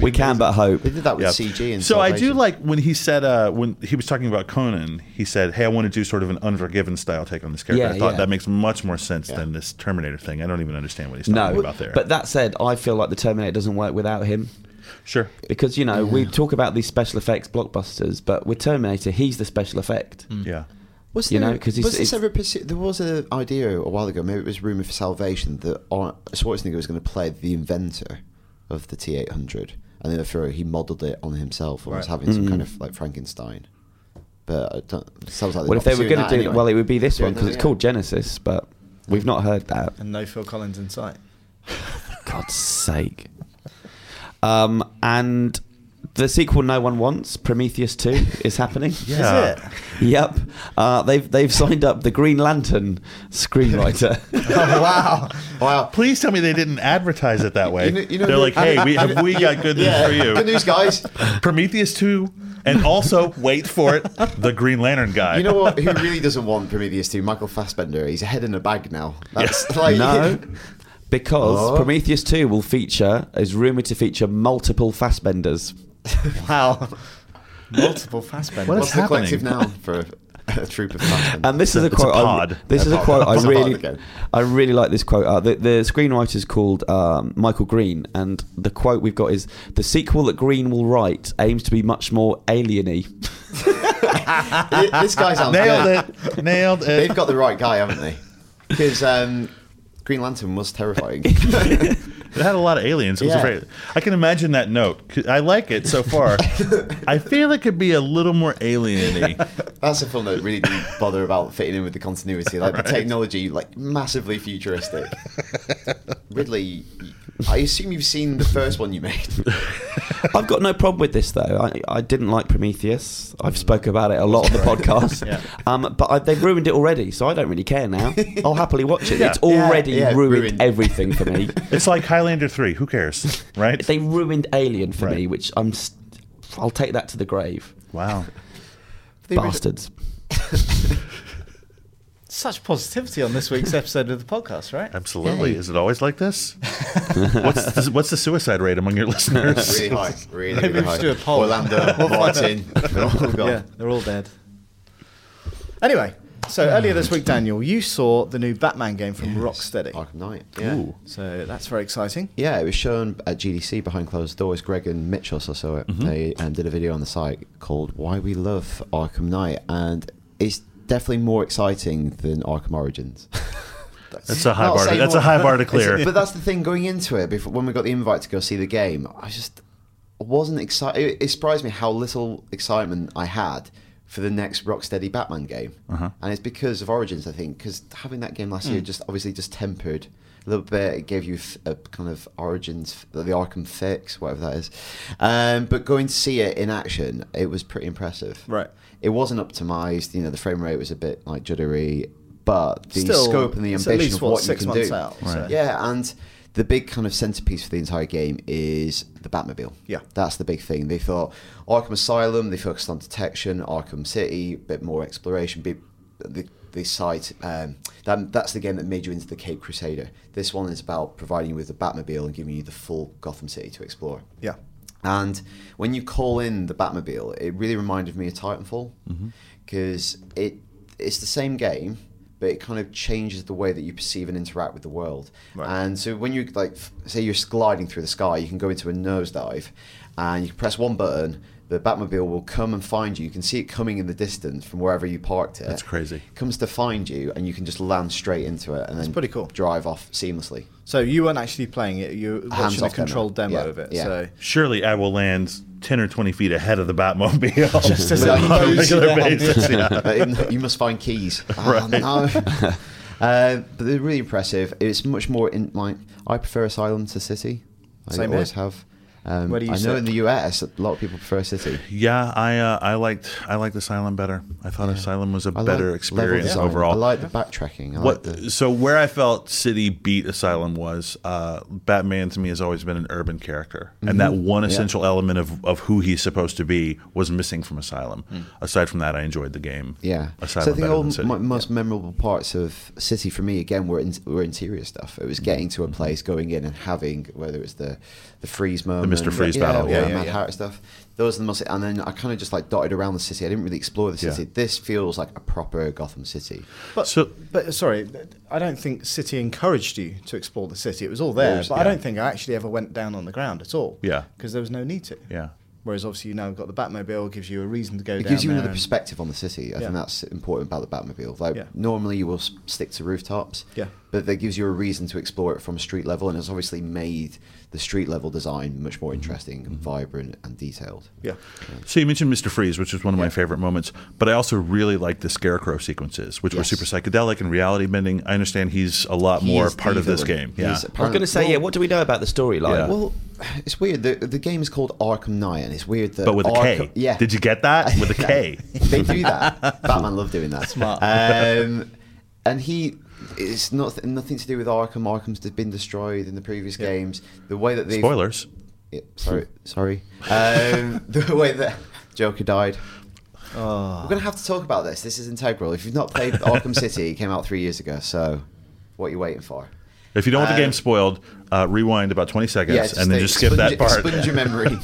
B: we can but hope.
D: they did that with
C: Yeah.
D: CG and
C: so I do
D: Salvation.
C: like when he said uh, when he was talking about Conan, he said, "Hey, I want to do sort of an Unforgiven style take on this character."
B: Yeah,
C: I thought
B: yeah.
C: that makes much more sense
D: Yeah.
C: than this Terminator thing. I don't even understand what he's talking
B: No,
C: about there.
B: but that said, I feel like the Terminator doesn't work without him
C: sure,
B: because you know we talk about these special effects blockbusters, but with Terminator, he's the special effect.
C: yeah.
D: Was
B: You
D: there,
B: know, 'cause he's-
D: was
B: it's-
D: this ever pursu- there was an idea a while ago. Maybe it was rumor for Salvation that Ar- Schwarzenegger was going to play the inventor of the T eight hundred, and then for he modelled it on himself and was
A: Right.
D: having some
B: Mm.
D: kind of like Frankenstein. But I don't, it sounds like
B: Well, if they were going to do it, well, it would be this
D: Doing
B: one because
D: that,
B: it's
D: yeah. (laughs)
B: called Genesis, but we've not heard that.
A: And no Phil Collins in sight.
B: God's sake. Um, and the sequel no one wants, Prometheus Two, is happening.
C: Yeah.
A: Is it?
B: Yep, uh, they've they've signed up the Green Lantern screenwriter.
D: (laughs)
A: Oh,
B: (laughs)
A: wow.
D: wow.
C: Please tell me they didn't advertise it that way.
D: You know- you know-
C: They're like, "Hey, we, have we got good news for
D: (laughs)
C: you?
D: Good
C: (laughs)
D: news, guys.
C: Prometheus 2, and also, wait for it, the Green Lantern guy.
D: You know what? Who really doesn't want Prometheus to? Michael Fassbender. He's a head in a bag now. That's like (laughs)
B: No, because
D: Oh.
B: Prometheus 2 will feature, is rumoured to feature multiple Fassbenders.
A: Wow. (laughs) Multiple Fassbenders.
C: What
D: What's
C: is
D: the
C: happening?
D: collective noun for a, a troop of Fassbenders?
B: And this is a
C: It's a
B: quote. I-
C: pod.
B: this is a
D: pod.
B: quote I
D: It's a pod
B: really,
D: again.
B: I really like this quote. Uh, the, the screenwriter is called um, Michael Green, and the quote we've got is: "The sequel that Green will write aims to be much more alieny." (laughs)
D: this guy's on
C: Nailed it. Uh, Nailed it. (laughs)
D: They've got the right guy, haven't they? Because um, Green Lantern was terrifying.
C: It had a lot of aliens. It was
D: Yeah.
C: very. I can imagine that note. 'Cause I like it so far. I feel it could be a little more alien-y.
D: That's a film that really didn't bother about fitting in with the continuity. Like the technology, like massively futuristic. Ridley, I assume you've seen the first one
C: (laughs)
D: you made.
B: I've got no problem with this though. I, I didn't like Prometheus. I've spoke about it a lot on the podcast.
C: (laughs) Yeah.
B: um, but I, they've ruined it already, so I don't really care now. I'll happily watch it.
C: Yeah.
B: It's already
D: Yeah, yeah,
B: ruined,
D: ruined.
B: everything for
C: (laughs)
B: me.
C: It's like Highlander three. Who cares, right?
B: they ruined Alien for me,
C: Right.
B: which I'm. St- I'll take that to the grave,
D: (laughs)
C: Wow.
D: The orig- (laughs)
B: bastards.
A: Such positivity on this week's episode of the podcast, right?
C: Absolutely. Is it always like this? what's the, what's the suicide rate among your listeners?
D: (laughs) Really high, really,
A: Maybe
D: really
A: we
D: high.
A: should do a poll. (laughs)
D: Orlando, Martin, they're all gone.
A: Yeah, they're all dead. Anyway, so earlier this week, Daniel, you saw the new Batman game from Rocksteady.
D: Arkham Knight. Yeah.
C: Ooh.
A: So that's very exciting.
D: Yeah, it was shown at GDC behind closed doors. Greg and Mitch also saw it. They um, did a video on the site called "Why We Love Arkham Knight," and it's definitely more exciting than Arkham Origins. (laughs)
C: That's a high
D: Not
C: bar. To,
D: saying
C: that's a
D: what-
C: high bar to clear.
D: It's- But that's the thing going into it. Before when we got the invite to go see the game, I just wasn't excited. It, it surprised me how little excitement I had for the next Rocksteady Batman game,
C: Uh-huh.
D: and it's because of Origins, I think. Because having that game last
C: Mm.
D: year just obviously just tempered a little bit. It gave you f- a kind of Origins, the Arkham fix, whatever that is. Um, but going to see it in action, it was pretty impressive.
A: Right.
D: It wasn't optimized. You know, the frame rate was a bit like juddery. But the
A: Still,
D: scope and the
A: it's
D: ambition
A: at least,
D: of
A: what,
D: what,
A: six
D: you can
A: months
D: do.
A: out, so- Right.
D: Yeah, and the big kind of centerpiece for the entire game is the Batmobile.
A: Yeah.
D: that's the big thing. They thought Arkham Asylum. They focused on detection. Arkham City, a bit more exploration. Bit the the site. Um, that that's the game that made you into the Cape Crusader. This one is about providing you with the Batmobile and giving you the full Gotham City to explore.
A: Yeah.
D: And when you call in the Batmobile, it really reminded me of Titanfall because it it's the same game, but it kind of changes the way that you perceive and interact with the world. And so when you like f- say you're gliding through the sky, you can go into a nosedive, and you can press one button. The Batmobile will come and find you. You can see it coming in the distance from wherever you parked it.
C: That's crazy.
D: Comes to find you, and you can just land straight into it, and then
A: pretty cool.
D: drive off seamlessly.
A: So you weren't actually playing it; you were watching a
D: hands-off demo.
A: controlled demo,
D: Yeah,
A: of it.
D: yeah.
A: So
C: Surely I will land ten or twenty feet ahead of the
D: (laughs)
C: Batmobile.
A: Just as
C: (laughs) on
A: it
C: a
A: goes
C: regular
A: down. (laughs)
C: basis. Yeah.
D: But you must find keys.
A: (laughs)
D: Ah, no. Uh, but they're really impressive. It's much more in like I prefer Asylum to City. I
A: Same
D: always
A: here.
D: have. Um,
A: Where do you
D: I know
A: sit?
D: in the US a lot of people
A: (laughs)
D: prefer City.
C: Yeah, I uh, I liked I liked Asylum better. I thought Asylum was a
D: I
C: better
D: level
C: experience
D: design.
C: overall.
D: I like the backtracking. I
C: what
D: like the,
C: so where I felt City beat Asylum was uh, Batman to me has always been an urban character,
D: Mm-hmm.
C: and that one essential element of, of who he's supposed to be was missing from Asylum. Aside from that, I enjoyed the game.
D: Mm. yeah.
C: Asylum
D: so I think
C: better
D: all
C: than City.
D: my most memorable parts of City for me again were in, were interior stuff. It was getting to a place, going in and having whether it's the the freeze moment,
C: Mr. Freeze
D: yeah,
C: battle.
D: or
C: Yeah,
D: the
A: yeah,
D: Mad
A: yeah.
D: Hatter stuff. Those are the most, and then I kind of just like dotted around the city. I didn't really explore the
C: Yeah.
D: city. This feels like a proper Gotham City.
A: But,
C: So-
A: but sorry, th- I don't think City encouraged you to explore the city. It was all there,
C: was-
A: but
C: yeah.
A: I don't think I actually ever went down on the ground at all.
C: Yeah.
A: because there was no need to.
C: Yeah.
A: Whereas obviously you now have got the Batmobile, it gives you a reason to go
D: It
A: down
D: gives you
A: there
D: another
A: and-
D: perspective on the city. I
A: Yeah.
D: think that's important about the Batmobile. Like
A: Yeah.
D: normally you will s- stick to rooftops,
A: Yeah.
D: but that gives you a reason to explore it from street level, and it's obviously made the street level design much
A: Mm-hmm.
D: more interesting and vibrant and detailed.
A: Yeah,
C: So you mentioned Mr. Freeze, which is one of my favorite moments, but I also really like the Scarecrow sequences, which
D: Yes.
C: were super psychedelic and reality bending. I understand he's a lot
D: He
C: more
D: is
C: part
D: the
C: of this
D: villain.
C: game. Yeah.
D: He's
B: I was going to say,
D: Well-
B: yeah. What do we know about the storyline?
C: Yeah.
D: Well, it's weird. The, the game is called Arkham Knight, and it's weird that.
C: but with a K.
D: Arkham- Yeah.
C: Did you get that? With a
D: (laughs)
C: K.
D: they do that. Batman loved doing that.
A: Smart.
D: Um, and he, it's not nothing to do with Arkham. Arkham's been destroyed in the previous games. The way that they
C: (laughs) Spoilers.
D: Yeah, sorry, sorry. Um, (laughs) the way that Joker died. We're gonna have to talk about this. This is integral. If you've not played Arkham City, it came out three years ago. So, what are you waiting for?
C: If you don't want the
D: Uh,
C: game spoiled, uh, rewind about 20 seconds and then
D: uh,
C: just skip that
D: expunge-
C: part.
D: Expunge your memory.
C: (laughs)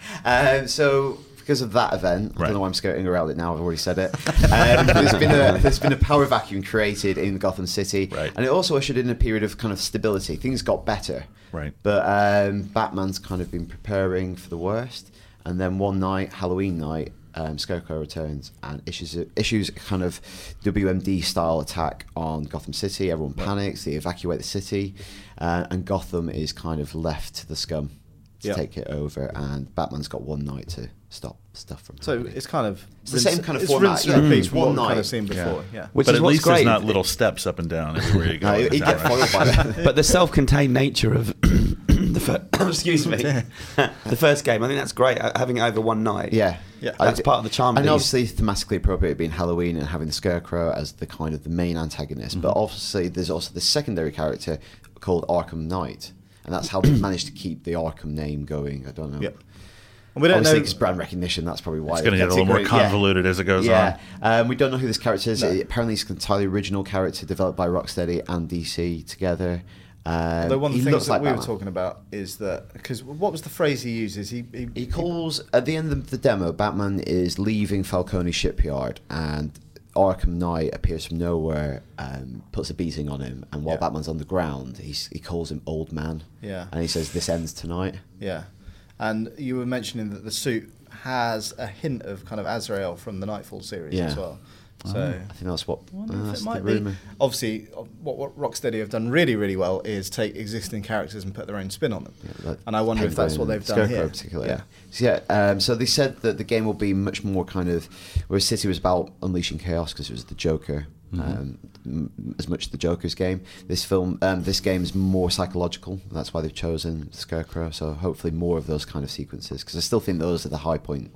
D: (laughs) um, so, because of that event, I
C: Right.
D: don't know why I'm skirting around it now. I've already said it. Um, there's been a there's been a power vacuum created in Gotham City,
C: Right.
D: and it also ushered in a period of kind of stability. Things got better,
C: Right.
D: But um, Batman's kind of been preparing for the worst, and then one night, Halloween night, um, Skoko returns and issues a, issues a kind of WMD style attack on Gotham City. Everyone panics. They evacuate the city, uh, and Gotham is kind of left to the scum to
A: Yeah.
D: take it over. And Batman's got one night to stop stuff from
A: So
D: happening.
A: it's kind of
D: It's the same kind of
A: it's
D: format,
A: rinse
D: yeah.
A: and repeat
D: Mm.
A: from what
D: One
A: we've kind
D: night.
A: of seen before. Yeah.
B: Which
C: but
B: is
C: at
B: what's
C: least
B: great.
C: there's
D: (laughs)
C: not little steps up and down everywhere you go.
D: no, he'd
A: (laughs)
C: Is that
D: get
C: right?
D: followed by that.
B: but the self-contained nature of (clears throat) the fir- (coughs) excuse
C: (laughs)
B: me, (laughs) the first game. I think that's great. uh, Having it over one night.
D: Yeah,
A: Yeah.
B: That's part of the charm of
D: And
B: these.
D: obviously, thematically appropriate being Halloween and having the Scarecrow as the kind of the main antagonist. But obviously, there's also the secondary character called Arkham Knight, and that's how they managed to keep the Arkham name going. I don't know.
A: Yeah. And we don't
D: obviously,
A: know.
D: it's brand recognition. That's probably why
C: It's going to get a
D: it gets
C: little more
D: great- yeah.
C: convoluted as it goes
D: Yeah,
C: on.
D: um, we don't know who this character is. It- apparently, it's an entirely original character developed by Rocksteady and DC together. Um,
A: Though one of
D: he
A: the things
D: looks
A: that
D: like
A: we were
D: Batman.
A: talking about is that because what was the phrase he uses? He he,
D: He calls at the end of the demo. Batman is leaving Falcone's shipyard, and Arkham Knight appears from nowhere, um, puts a beating on him, and while
A: Yeah.
D: Batman's on the ground, he's, he calls him old man.
A: Yeah.
D: and he says, "This ends tonight."
A: yeah, and you were mentioning that the suit has a hint of kind of Azrael from the Nightfall series
D: Yeah. Oh.
A: as well. So
D: I think that's what.
A: I wonder
D: uh,
A: if
D: that's
A: it
D: the
A: might be.
D: rumor.
A: Obviously, uh, what, what Rocksteady have done really, really well is take existing characters and put their own spin on them.
D: like
A: and I wonder if that's what
D: Penguin,
A: they've done
D: Scarecrow
A: here.
D: particularly. Yeah. So, yeah, um, so they said that the game will be much more kind of whereas City was about unleashing chaos because it was the Joker.
A: Mm-hmm.
D: Um, m- as much the Joker's game, this film, um, this game is more psychological. That's why they've chosen Scarecrow. So hopefully more of those kind of sequences because I still think those are the high point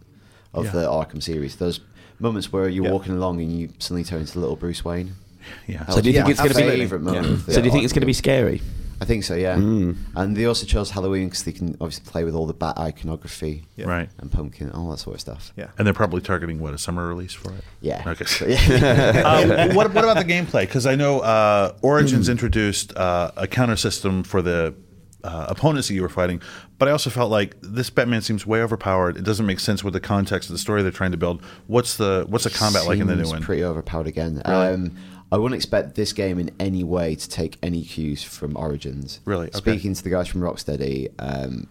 D: of
C: Yeah.
D: the Arkham series. Those moments where you're
A: Yeah.
D: walking along and you suddenly turn into little Bruce Wayne.
C: (laughs) Yeah.
D: That
B: So
D: was
B: do you
D: my
B: think it's gonna be-
D: favorite moment of the
B: So do you think it's
D: Arkham
B: going to be scary?
D: I think so, yeah.
C: Mm.
D: And they also chose Halloween because they can obviously play with all the bat iconography
A: Yeah.
C: Right.
D: and pumpkin, all that sort of stuff.
A: Yeah.
C: And they're probably targeting what a summer release for it.
D: Yeah.
C: Okay.
D: (laughs) So, yeah.
C: um, what, what about the gameplay? Because I know uh,
D: (clears throat)
C: Origins introduced uh, a counter system for the uh, opponents that you were fighting, but I also felt like this Batman seems way overpowered. It doesn't make sense with the context of the story they're trying to build. What's the what's the combat like in the new
D: Seems
C: one?
D: Pretty overpowered again. Um, I wouldn't expect this game in any way to take any cues from Origins.
C: Really? Okay.
D: Speaking to the guys from Rocksteady, um,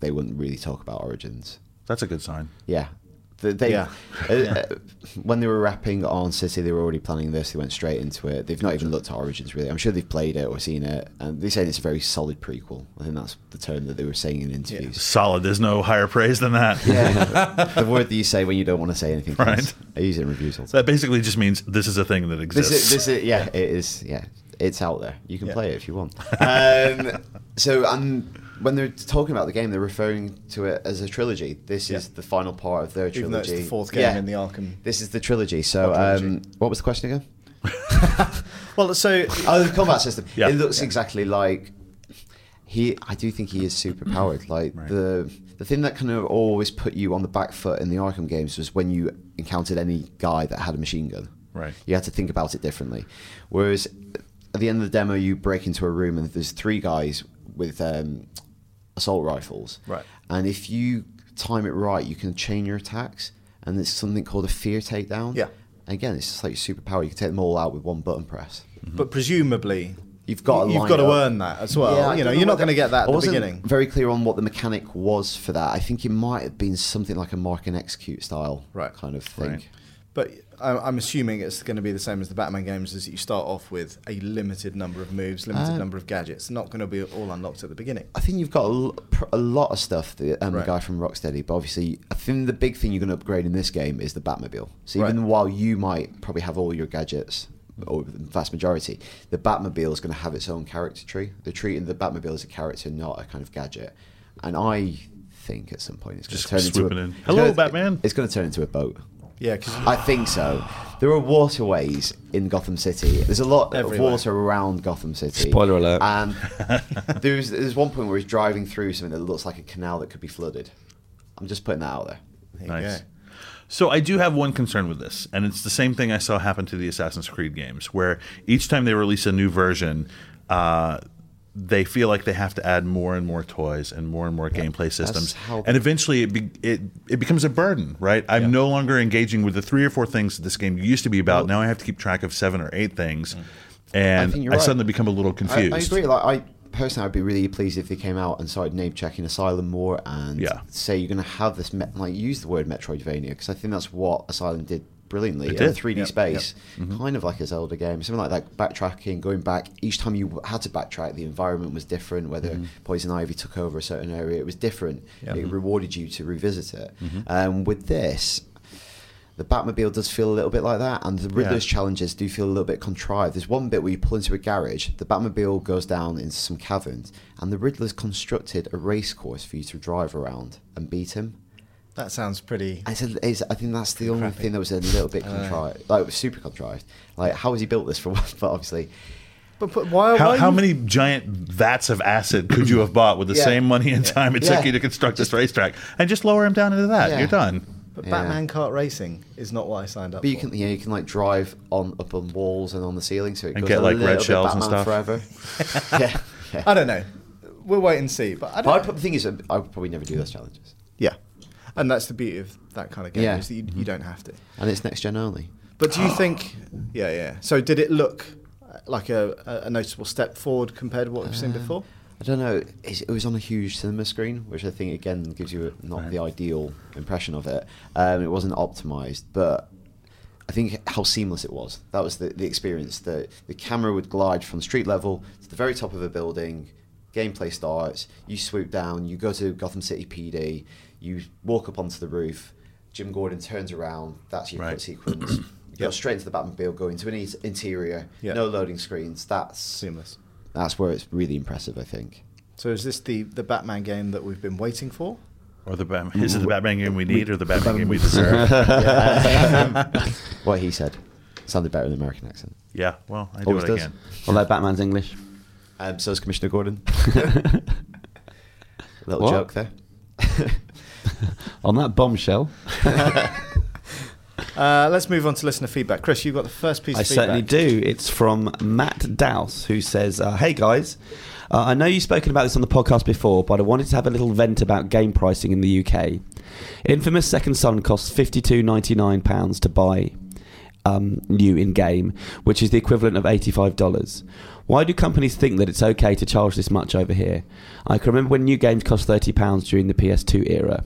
D: they wouldn't really talk about Origins.
C: That's a good sign.
D: Yeah. They, they,
A: Yeah.
D: uh, uh, when they were wrapping on City, they were already planning this. They went straight into it. They've not even looked at Origins really. I'm sure they've played it or seen it, and they're saying it's a very solid prequel. I think that's the term that they were saying in interviews.
C: Solid. There's no higher praise than that. (laughs)
D: (laughs) the word that you say when you don't want to say anything.
C: Right.
D: else. I use it in reviews all the time.
C: That basically just means this is a thing that
D: This
C: exists.
D: is, this is, yeah, it is. Yeah, it's out there. You can
A: Yeah.
D: play it if
A: (laughs)
D: you want. Um, so, and when they're talking about the game, they're referring to it as a trilogy. This is
A: Yeah.
D: the final part of their trilogy.
A: Even though it's the fourth game
D: Yeah.
A: in the Arkham.
D: This is the trilogy. So,
A: What trilogy?
D: um, what was the question again?
A: (laughs) Well, so
D: Oh, the combat system.
C: Yeah.
D: It looks exactly like he. I do think he is super powered. Like
C: Mm-hmm. Right.
D: the the thing that kind of always put you on the back foot in the Arkham games was when you encountered any guy that had a machine gun.
C: Right.
D: You had to think about it differently. Whereas at the end of the demo, you break into a room and there's three guys with um, assault rifles.
A: Right.
D: And if you time it right, you can chain your attacks. And there's something called a fear takedown.
A: Yeah.
D: Again, it's just like your superpower. You can take them all out with one button press.
A: but presumably
D: You've got to
A: you've
D: line
A: got to
D: up.
A: earn that as well.
D: Yeah, I
A: you
D: don't
A: know, you're not
D: whether-
A: going to get that
D: I
A: at the
D: wasn't
A: beginning.
D: Very clear on what the mechanic was for that. I think it might have been something like a mark and execute style
A: Right.
D: kind of thing.
C: Right.
A: But I- I'm assuming it's going to be the same as the Batman games, is that you start off with a limited number of moves, limited
D: Uh,
A: number of gadgets. Not going to be all unlocked at the beginning.
D: I think you've got a, l- pr- a lot of stuff. The, um,
A: Right.
D: the guy from Rocksteady, but obviously, I think the big thing you're going to upgrade in this game is the Batmobile. So even
A: Right.
D: while you might probably have all your gadgets, or the vast majority, the Batmobile is going to have its own character tree. They're treating the Batmobile as a character, not a kind of gadget. And I think at some point it's going
C: Just
D: to turn into
C: swooping
D: a,
C: in.
D: it's
C: Hello,
D: gonna-
C: Batman.
D: It's going to turn into a boat.
A: Yeah, because (sighs)
D: I think so. There are waterways in Gotham City. There's a lot
A: Everywhere.
D: of water around Gotham City.
B: Spoiler alert. (laughs)
D: And there's there's one point where he's driving through something that looks like a canal that could be flooded. I'm just putting that out there.
C: Nice. So I do have one concern with this, and it's the same thing I saw happen to the Assassin's Creed games, where each time they release a new version, uh, they feel like they have to add more and more toys and more and more gameplay systems,
D: how-
C: and eventually it, be, it it becomes a burden, right? I'm no longer engaging with the three or four things that this game used to be about. now I have to keep track of seven or eight things, and
D: think
C: I,
D: you're right.
C: suddenly become a little
D: I,
C: confused.
D: I agree. Like I personally, I'd be really pleased if they came out and started name checking Asylum more and
C: Yeah.
D: say you're going to have this, met like, use the word Metroidvania because I think that's what Asylum did brilliantly
C: It
D: in
C: did. Mm-hmm.
D: 3D
A: Yep,
D: space, kind of like a Zelda game, something like that. Backtracking, going back each time you had to backtrack, the environment was different. Whether
C: Mm-hmm.
D: Poison Ivy took over a certain area, it was different. It rewarded you to revisit it.
C: Mm-hmm.
D: Um, with this, the Batmobile does feel a little bit like that, and the Riddler's challenges do feel a little bit contrived. There's one bit where you pull into a garage, the Batmobile goes down into some caverns, and the Riddler's constructed a race course for you to drive around and beat him.
A: That sounds pretty.
D: I said, it's, I think that's the only
A: Crappy.
D: thing that was a little bit
C: Uh.
D: contrived, like it was super contrived. Like, how has he built this for? one? (laughs) But obviously,
A: But, but why?
C: How,
A: why
C: how
A: you-
C: many giant vats of acid could you
D: (clears throat)
C: have bought with the
D: Yeah.
C: same money and time it
D: Yeah.
C: took you to construct this racetrack? And just lower him down into that.
D: Yeah.
C: You're done.
A: But
D: Yeah.
A: Batman kart racing is not what I signed up
D: but you
A: for.
D: can, yeah, you know, you can like drive on up on walls and on the ceiling, so it
C: And
D: goes
C: get,
D: a
C: like,
D: little
C: red
D: bit
C: shells and
D: Batman forever.
C: (laughs)
D: yeah, yeah.
A: I don't know. We'll wait and see. But I
D: But
A: don't.
D: I'd, prob- the thing is, I would probably never do those challenges,
A: yeah, Mm-hmm. and that's the beauty of that kind of game
D: Yeah.
A: is that you, you don't have to.
D: and it's next gen only.
A: But do you think? Yeah, yeah. So did it look uh, like a, a- a noticeable step forward compared to what we've seen before?
D: I don't know. It's, it was on a huge cinema screen, which I think again gives you a, not the ideal impression of it. Um, it wasn't optimized, but I think how seamless it was. That was the, the experience. The the camera would glide from street level to the very top of a building. Gameplay starts. You swoop down. You go to Gotham City PD. You walk up onto the roof. Jim Gordon turns around. That's your
C: Right.
A: (coughs)
D: cut sequence. You Go straight into the Batmobile. Go into an e- interior.
A: Yeah.
D: No loading screens. That's
A: Seamless.
D: that's where it's really impressive. I think.
A: So is this the the Batman game that we've been waiting for?
C: Or the Batman. Is it the Batman game we need or the Batman (laughs) game we deserve?
D: what he said sounded better in an American accent.
C: (laughs) yeah, well, I do
D: Always
C: what
D: does.
C: I can.
B: Although Batman's English.
D: Um, so is Commissioner (laughs) Gordon. Little
B: What?
D: joke there.
B: On that bombshell,
A: Uh, let's move on to listener feedback. Chris, you've got the first piece
B: I
A: of feedback.
B: certainly do. It's from Matt Dowse, who says, uh, Hey guys, uh, I know you've spoken about this on the podcast before, but I wanted to have a little vent about game pricing in the UK. Infamous Second Son costs £52.99 to buy um, new in game, which is the equivalent of $85. Why do companies think that it's okay to charge this much over here? I can remember when new games cost £30 during the PS2 era.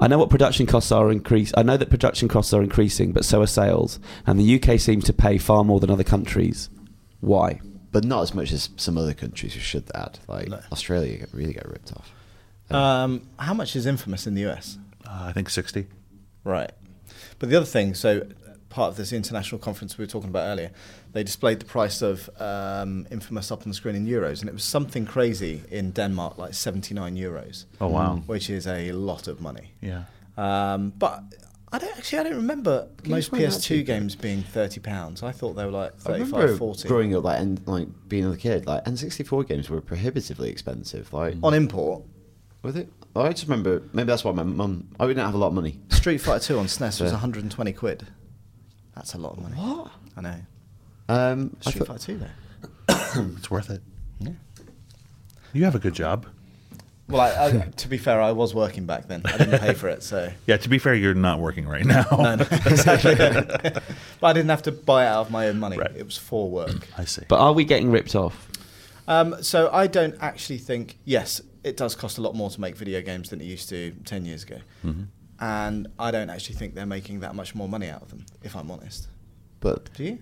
B: I know what production costs are increase. I know that production costs are increasing, but so are sales, and the UK seems to pay far more than other countries. Why?
D: But not as much as some other countries, we should add. Like Australia get, really got ripped off.
A: Um, how much is Infamous in the US?
C: Uh, I think 60.
A: Right. But the other thing, so uh, part of this international conference we were talking about earlier, they displayed the price of um, Infamous up on the screen in euros, and it was something crazy in Denmark, like 79 euros.
C: Oh, wow.
A: Which is a lot of money.
C: Yeah.
A: Um, but I don't actually, I don't remember
D: you
A: most
D: find that
A: PS2
D: cheap?
A: games being 30 pounds. I thought they were like
D: I
A: 35,
D: remember
A: 40.
D: growing up, like and like being a kid, like N64 games were prohibitively expensive. Like,
A: On import,
D: was it? I just remember. Maybe that's why my mum. I didn't have a lot of money.
A: Street Fighter 2 on SNES was
D: Yeah.
A: 120 quid. That's a lot of money. What? I know.
D: Um, I
A: Street
D: thought-
A: Fighter 2 though.
C: It's worth it. You have a good job.
A: (laughs) Well, I, I, to be fair, I was working back then. I didn't pay for it, so (laughs)
C: Yeah, to be fair, you're not working right (laughs) now.
A: no, no, exactly. (laughs) but I didn't have to buy it out of my own money.
C: Right.
A: It was for work.
C: I see.
B: But are we getting ripped off?
A: Um, so I don't actually think. Yes, it does cost a lot more to make video games than it used to ten years ago, and I don't actually think they're making that much more money out of them. If I'm honest,
D: but
A: do you?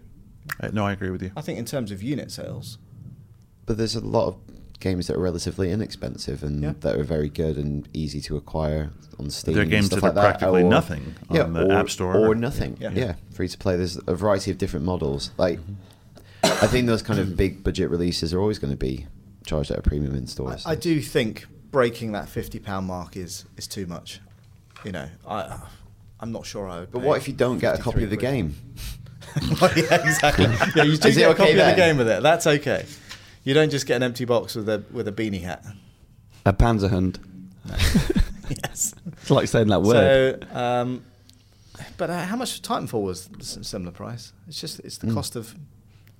C: Uh, no, I agree with you.
A: I think in terms of unit sales,
D: But there's a lot of games that are relatively inexpensive and
A: Yeah.
D: that are very good and easy to acquire on Steam.
C: There are
D: and
C: games
D: stuff
C: that are
D: like that,
C: practically
D: or-
C: nothing on the
D: or,
C: App Store.
D: or nothing.
A: Yeah.
D: Yeah. free to play. There's a variety of different models. Like, I think those kind
A: (coughs)
D: of big budget releases are always going to be charged at a premium in
A: I,
D: stores.
A: I do think breaking that fifty pound mark is is too much. You know, I I'm not sure I would.
D: But what if you don't get a copy of the
A: game?
D: game?
A: (laughs) Well, yeah,
D: (laughs)
A: exactly. Yeah, you do
D: Is it
A: get a
D: okay
A: copy of
D: then?
A: the game with it. That's okay. You don't just get an empty box with a with a beanie hat. (laughs)
B: A Panzerhund.
A: Yes.
B: It's like saying that word.
A: So, um, but uh, how much Titanfall was s- similar price? It's just it's
C: Hmm.
A: the cost of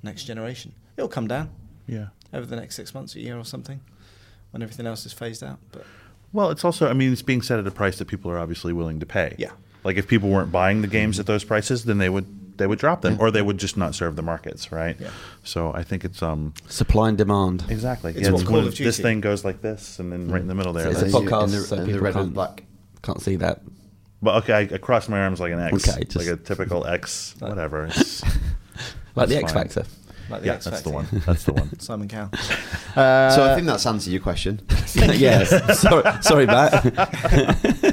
A: next generation. It'll come down
C: Yeah.
A: over the next six months, a year or something, when everything else is phased out. But
C: Well, it's also, I mean, it's being set at a price that people are obviously willing to pay.
A: Yeah. Mm-hmm.
C: Like if people weren't buying the games at those prices, then they would they would drop them, or they would just not serve the markets, right?
A: Yeah.
C: So I think it's um
B: Supply and demand.
C: exactly
A: It's what
C: it's
A: Call
C: when
A: of
C: this
A: Duty-
C: thing goes like this, and then right in the middle there.
B: It's
C: that's-
B: a podcast,
D: And the-
B: so
D: and the
B: people
D: red and
B: can't,
D: black.
B: can't see that.
C: but okay, I, I crossed my arms like an X,
B: Okay, just-
C: like a typical
A: (laughs)
C: X, whatever. It's,
B: Like the X
C: That's fine.
B: Factor.
A: Like the
C: yeah,
A: X
C: that's the
A: Factor.
C: one. That's the one.
A: (laughs) Simon Cowell. Uh,
D: so I think that's answered your question.
B: yes. sorry, sorry, Matt. (laughs)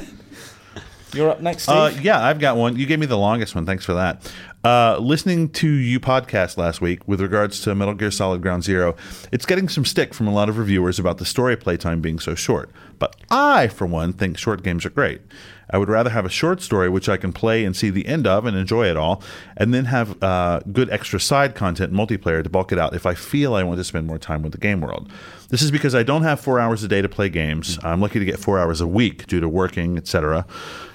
A: you're up next, Steve.
C: Uh, (laughs) yeah, I've got one. You gave me the longest one. Thanks for that. Uh, listening to you podcast last week with regards to Metal Gear Solid Ground Zero, it's getting some stick from a lot of reviewers about the story playtime being so short. But I, for one, think short games are great. I would rather have a short story which I can play and see the end of and enjoy it all, and then have uh, good extra side content and multiplayer to bulk it out if I feel I want to spend more time with the game world. This is because I don't have four hours a day to play games. I'm lucky to get four hours a week due to working, etc.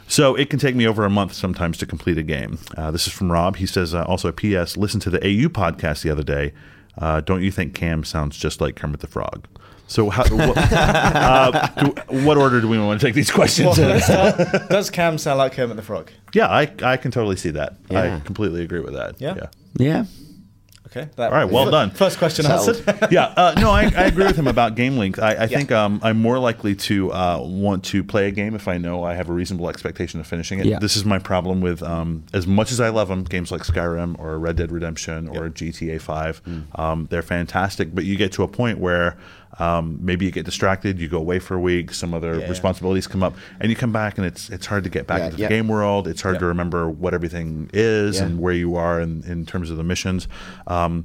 C: So it can take me over a month sometimes to complete a game. Uh, this is from Rob. He says, uh, also, P.S. Listen to the AU podcast the other day. Uh, don't you think Cam sounds just like Kermit the Frog? So, how, what, (laughs) uh, do, what order do we want to take these
A: Well,
C: (laughs) questions? in?
A: let's start- Does Cam sound like Kermit the Frog?
C: yeah, I, I can totally see that.
D: Yeah.
C: I completely agree with that.
A: Yeah?
B: yeah.
A: Okay. That,
C: All
A: (laughs)
C: right, well done.
A: First question answered.
C: (laughs) yeah, uh, no, I, I agree with him about game length. I, I think um, I'm more likely to uh, want to play a game if I know I have a reasonable expectation of finishing it.
B: Yeah.
C: This is my problem with um, as much as I love them, games like Skyrim or Red Dead Redemption or GTA 5,
A: Hmm.
C: um, they're fantastic, but you get to a point where um, maybe you get distracted, you go away for a week, some other
A: Yeah, yeah.
C: responsibilities come up, and you come back and it's it's hard to get back
D: Yeah,
C: into
D: yeah.
C: the game world. It's hard to remember what everything is
D: Yeah.
C: and where you are in, in terms of the missions. Um,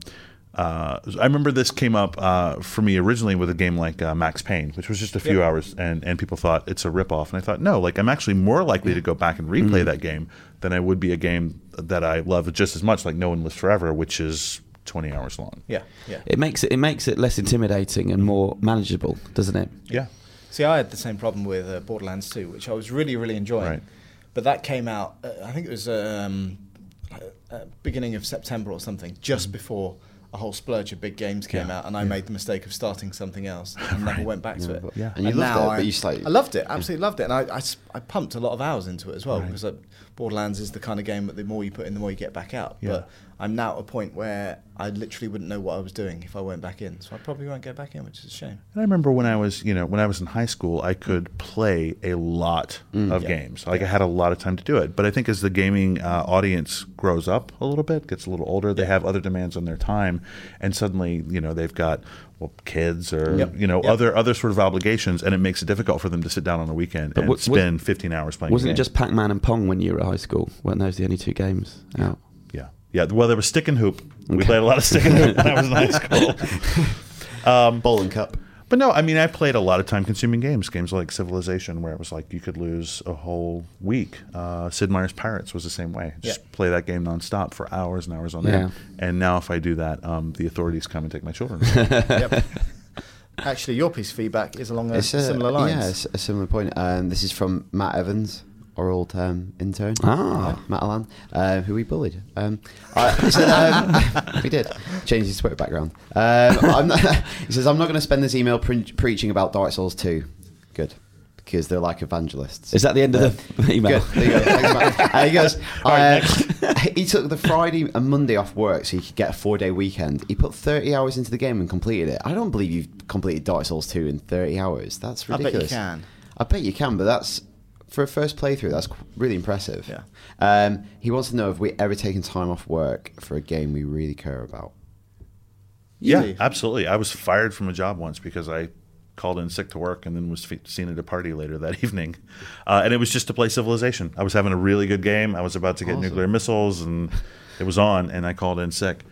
C: uh, I remember this came up uh, for me originally with a game like uh, Max Payne, which was just a few
A: Yep.
C: hours, and, and people thought it's a ripoff. And I thought, no, like I'm actually more likely to go back and replay
D: Mm-hmm.
C: that game than I would be a game that I love just as much, like No One Lives Forever, which is 20 hours long.
A: (laughs) Yeah, yeah.
B: It makes it it makes it less intimidating and more manageable, doesn't it?
C: Yeah.
A: See, I had the same problem with uh, Borderlands 2, which I was really, really enjoying.
C: Right.
A: But that came out, uh, I think it was um, uh, uh, beginning of September or something, just before a whole splurge of big games came
C: Mm. Yeah.
A: out, and I made the mistake of starting something
C: (laughs)
A: else and never went back to it.
D: Yeah. And you loved
A: now
D: it, but you just like-
A: I loved it, absolutely loved it, and I, I s- I pumped a lot of hours into it as well because like, Borderlands is the kind of game that the more you put in, the more you get back out.
C: Yeah.
A: But I'm now at a point where I literally wouldn't know what I was doing if I went back in, so I probably won't go back in, which is a shame.
C: And I remember when I was, you know, when I was in high school, I could play a lot of
A: Mm. Yeah.
C: games. Like I had a lot of time to do it. But I think as the gaming uh, audience grows up a little bit, gets a little older, they have other demands on their time, and suddenly, you know, they've got well, kids or
A: Yep.
C: you know
A: Yep.
C: other other sort of obligations, and it makes it difficult for them to sit down on a weekend and
B: wa- was-
C: spend 15 hours playing. a
B: Wasn't it
C: game.
B: just Pac Man and Pong when you were at high school? Weren't those the only two games out?
C: Yeah. Yeah. Well, there was stick and hoop. We played a lot of stick and hoop when I was in high school.
D: Bowling cup.
C: But no, I mean, I played a lot of time-consuming games, games like Civilization, where it was like you could lose a whole week. Uh, Sid Meier's Pirates was the same way. Just
A: Yeah.
C: play that game nonstop for hours and hours on
B: Yeah.
C: end. And now, if I do that, um, the authorities come and take my children.
A: yep. Actually, your piece of feedback is along a,
D: a-
A: similar lines.
D: Yeah, it's a similar point. Um, this is from Matt Evans, our old um, intern.
B: Ah.
D: Uh, Matt Allan, uh, who we bullied. Um, I- so, um, (laughs) we did. Changed his Twitter background. Um, I'm not, (laughs) he says, I'm not going to spend this email pre- preaching about Dark Souls 2. Good. Because they're like evangelists.
B: Is that the end of the (laughs) email?
D: Good. There you go. Thanks, Matt. Uh, he goes. uh, (laughs) he took the Friday and Monday off work so he could get a four-day weekend. He put 30 hours into the game and completed it. I don't believe you've completed Dark Souls 2 in 30 hours. That's
A: I bet you
D: ridiculous.
A: can.
D: I bet you can, but that's for a first playthrough. That's qu- really impressive.
A: Yeah.
D: Um, he wants to know if we ever taken time off work for a game we really care about.
C: yeah,
A: Really?
C: absolutely. I was fired from a job once because I called in sick to work and then was fe- seen at a party later that (laughs) evening. Uh, and it was just to play Civilization. I was having a really good game. I was about to get nuclear missiles and it was on, and I called in sick.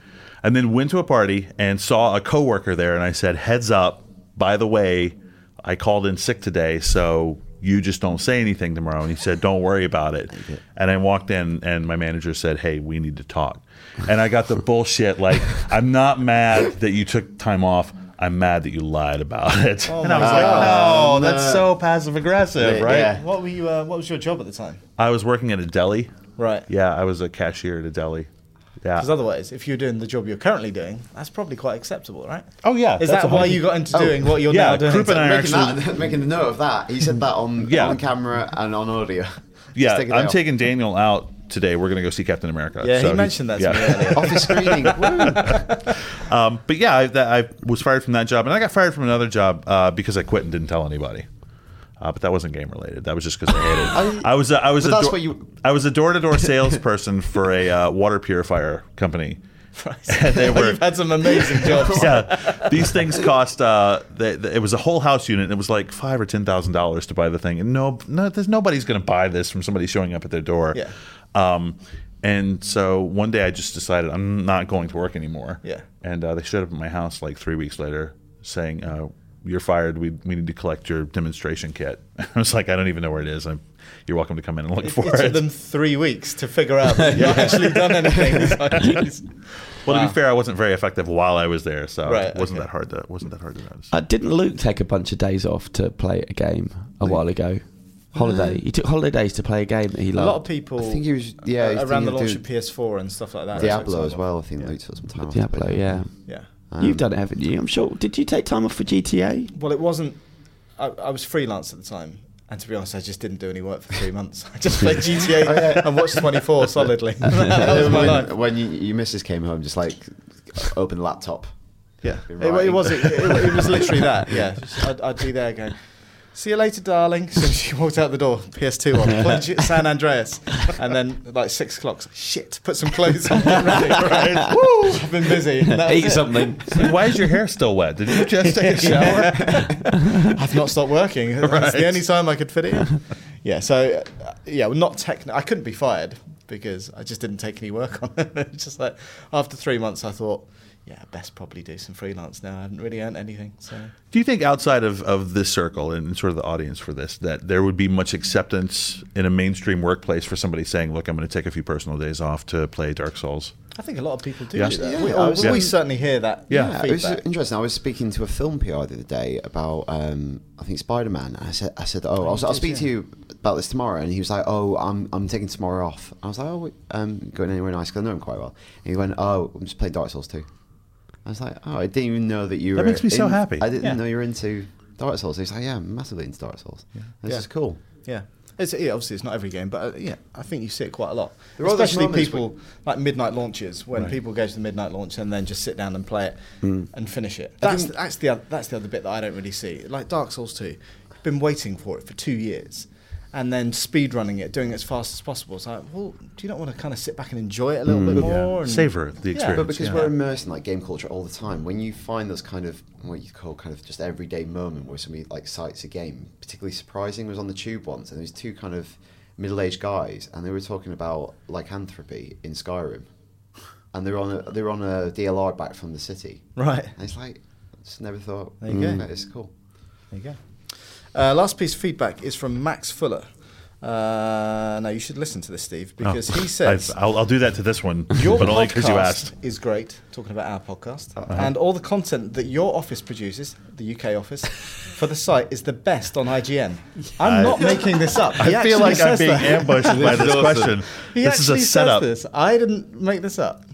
C: And then went to a party and saw a coworker there, and I said, "Heads up! By the way, I called in sick today, so." You just don't say anything tomorrow. And he said, Don't worry about it. And I walked in, and my manager said, Hey, we need to talk. And I got the bullshit like, (laughs) I'm not mad that you took time off. I'm mad that you lied about it.
D: Oh
C: and I was like, no, that's so passive aggressive, right?
D: Yeah.
A: What were you? Uh, what was your job at the time?
C: I was working at a deli.
A: Right.
C: Yeah, I was a cashier at a deli.
A: Because
C: Yeah.
A: otherwise, if you're doing the job you're currently doing, that's probably quite acceptable, right?
C: Oh, yeah,
A: Is
C: that's
A: that
C: a
A: why
C: hundred-
A: you got into
D: Oh,
A: doing what you're
C: yeah,
A: now doing?
C: Krupp and I are
D: Making,
C: actually-
A: (laughs)
D: that, making a note of that. He said that on
C: Yeah.
D: on camera and on audio. Just
C: Yeah,
D: take it
C: I'm
D: out.
C: taking Daniel out today we're going to go see Captain America.
A: Yeah,
C: So
A: he mentioned that to
C: yeah.
A: me
D: (laughs)
A: earlier.
D: Off
A: (laughs)
D: the screening. Woo.
C: Um, but yeah, I, that, I was fired from that job, and I got fired from another job uh, because I quit and didn't tell anybody. Uh, but that wasn't game related. That was just because I hated. it. (laughs) I was a, I was a
D: But that's
C: door,
D: what you-
C: I was a door to door salesperson for a uh, water purifier company,
A: (laughs)
C: and they were
A: You've had some amazing jobs.
C: yeah, (laughs) these things cost. Uh, they, they- it was a whole house unit, and it was like five or ten thousand dollars to buy the thing. And no, no, there's nobody's going to buy this from somebody showing up at their door.
A: Yeah.
C: Um, and so one day I just decided I'm not going to work anymore.
A: Yeah.
C: And uh, they showed up at my house like three weeks later saying, uh, "You're fired. We we need to collect your demonstration kit." (laughs) I was like, "I don't even know where it is. I'm, you're welcome to come in and look for
A: It took
C: it."
A: them three weeks to figure out that you've not actually done anything. It's like, jeez.
C: well, to be fair, I wasn't very effective while I was there, so
A: Ah. Right,
C: it wasn't
A: okay.
C: that hard to wasn't that hard to notice.
B: Uh, didn't Luke take a bunch of days off to play a game a while ago? Holiday.
D: Uh,
B: He took holidays to play a game that he
A: a
B: loved.
A: lot of people.
D: I think he was- yeah,
A: around
D: he's thinking
A: the
D: of
A: launch
D: doing
A: of PS4 and stuff like that.
D: Diablo
A: That's
D: as
A: like-
D: well. I think Luke took some time off.
B: Diablo,
D: (laughs)
B: yeah.
A: Yeah.
D: Um,
B: You've done it, haven't you? I'm sure. Did you take time off for GTA?
A: Well, it wasn't. I, I was freelance at the time, and to be honest, I just didn't do any work for three months. (laughs) I just played GTA and watched 24 solidly. (laughs) that was my life.
D: When, when you, your missus came home, just like open laptop.
A: Yeah,
D: Been
A: it, it
D: writing.
A: was. It, it, it was literally
D: (laughs)
A: that. Yeah, I'd, I'd be there going, "See you later, darling." (laughs) So she walked out the door, PS2 on, plunge it, San Andreas, and then like six o'clock. Shit, put some clothes on. Get ready. Right? Woo, I've been busy. and that was
B: (laughs) Eat
A: it.
D: (laughs)
B: something.
C: Why is your hair still wet? Did you just
A: (laughs)
C: take a shower?
A: I've not stopped working. It's the only time I could fit it. In. Yeah. So uh, yeah, well, not techn I couldn't be fired because I just didn't take any work on it. (laughs) It's just like after three months, I thought, yeah, I best probably do some freelance now. I haven't really earned anything. So
C: Do you think outside of, of this circle and sort of the audience for this that there would be much acceptance in a mainstream workplace for somebody saying, "Look, I'm going to take a few personal days off to play Dark Souls"?
A: I think a lot of people do
C: Yeah.
A: do that.
D: Yeah,
A: we,
D: I was-
A: we
D: yeah.
A: certainly hear that.
C: Yeah.
D: Yeah, it was
A: feedback.
D: interesting. I was speaking to a film PR the other day about, um, I think Spider Man. I said, I said, oh, I'll, I'll speak to you about this tomorrow. And he was like, oh, I'm, I'm taking tomorrow off. I was like, oh, um, going anywhere nice? Because I know him quite well. And he went, oh, I'm just playing Dark Souls 2. I was like, oh, I didn't even know that you
C: That
D: were.
C: makes me so
D: in-
C: happy.
D: I didn't
A: Yeah.
D: know you were into Dark Souls. He's like, yeah, I'm massively into Dark Souls. This
A: Yeah.
D: is cool.
A: Yeah. It's, yeah, obviously it's not every game, but uh, yeah, I think you see it quite a lot.
D: There are those
A: Especially
D: moments
A: people like midnight launches when people go to the midnight launch and then just sit down and play it
D: Hmm.
A: and finish it. That's that's the oth- that's the other bit that I don't really see. Like Dark Souls Two, been waiting for it for two years, and then speed running it, doing it as fast as possible. It's like, well, do you not want to kind of sit back and enjoy it a little bit more? And
C: Savor the
A: Yeah,
C: experience.
D: Hmm. But because
C: yeah.
D: we're immersed in like game culture all the time, when you find those kind of what you call kind of just everyday moment where somebody like cites a game, particularly surprising was on the tube once, and there was two kind of middle-aged guys, and they were talking about lycanthropy in Skyrim, and they're on a they're on a DLR back from the city,
A: Right.
D: and it's like I just never thought mm,
A: There you go.
D: that is cool.
A: There you go. Uh, last piece of feedback is from Max Fuller. Uh, now you should listen to this, Steve,
C: Oh,
A: because he says
C: (laughs) I've- "I'll, I'll do that to this one,
A: (laughs) Your
C: but
A: podcast
C: only because you asked." Uh-huh.
A: is great. Talking about our podcast and all the content that your office produces, the UK office, for the site is the best on IGN. I'm
C: I-
A: not making this up. He
C: I
A: actually
C: feel like I'm
A: says
C: being
A: that. (laughs)
C: ambushed by this question.
A: He
C: this is
A: actually
C: a setup.
A: Says this. I didn't make this up.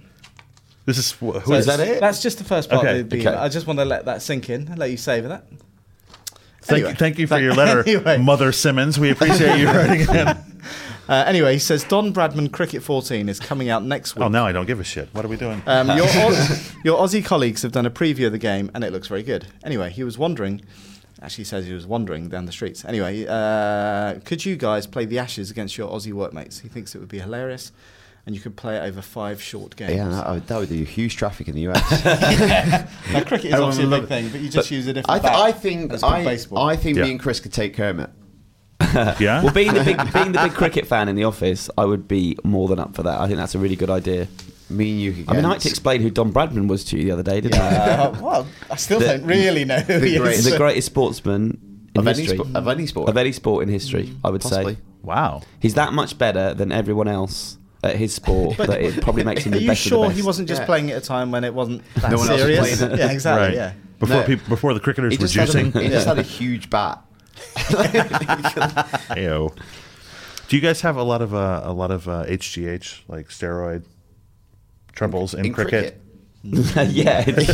C: This is wh- who
A: So
C: is
A: it's-
C: that? It?
A: That's just the first part.
C: Okay,
A: of the
C: okay.
A: I just want to let that sink in. Let you savor that.
C: Thank,
A: anyway.
C: thank you
A: (laughs)
C: for your letter,
A: Anyway.
C: Mother Simmons. We
A: (laughs)
C: appreciate you writing it. in.
A: Uh, anyway, he says Don Bradman Cricket 14 is coming out next week.
C: Oh, now I don't give a shit. What are we doing?
A: Um,
C: (laughs)
A: your, Aus- your Aussie colleagues have done a preview of the game, and it looks very good. Anyway, he was wondering. Actually, he says he was wandering down the streets. Anyway, uh, could you guys play the Ashes against your Aussie workmates? He thinks it would be hilarious, and you could play it over five short games.
D: Yeah, that would, that would do huge traffic in the US.
A: Now, cricket is
C: Everyone
A: obviously a
C: would
A: big
C: love
A: thing, but you just use a different.
D: (laughs) I, th-
A: bat
D: I think
A: as with
D: I, I think
C: Yeah.
D: me and Chris could take Kermit.
C: yeah.
B: Well, being the big being the big cricket fan in the office, I would be more than up for that. I think that's a really good idea.
D: Me and you could.
B: I mean, I had
D: get-
B: to explain who Don Bradman was to you the other day, didn't
A: Uh, well, I still
B: The-
A: don't really know who he
D: great-
B: I?
A: is.
B: The greatest sportsman in
D: of any,
B: history.
D: sp- of any sport.
B: of any sport in history, I would
D: Possibly.
B: say.
C: wow.
B: He's that much better than everyone else at his sport that it probably makes him
A: Are
B: the
A: you
B: best of the
A: sure
B: best.
A: he wasn't just
D: Yeah.
A: playing at a time when it wasn't that
D: No one else was
A: serious?
D: playing it.
A: yeah, exactly.
C: right.
A: Yeah.
C: Before
D: No.
C: people, before the cricketers
D: He
C: were
D: just, had a,
C: juicing.
D: he just had a huge bat.
C: Ayo. Do you guys have a lot of uh, a lot of uh, HGH like steroid troubles in,
D: In
C: cricket?
D: cricket.
A: (laughs)
B: (laughs) yeah, it's,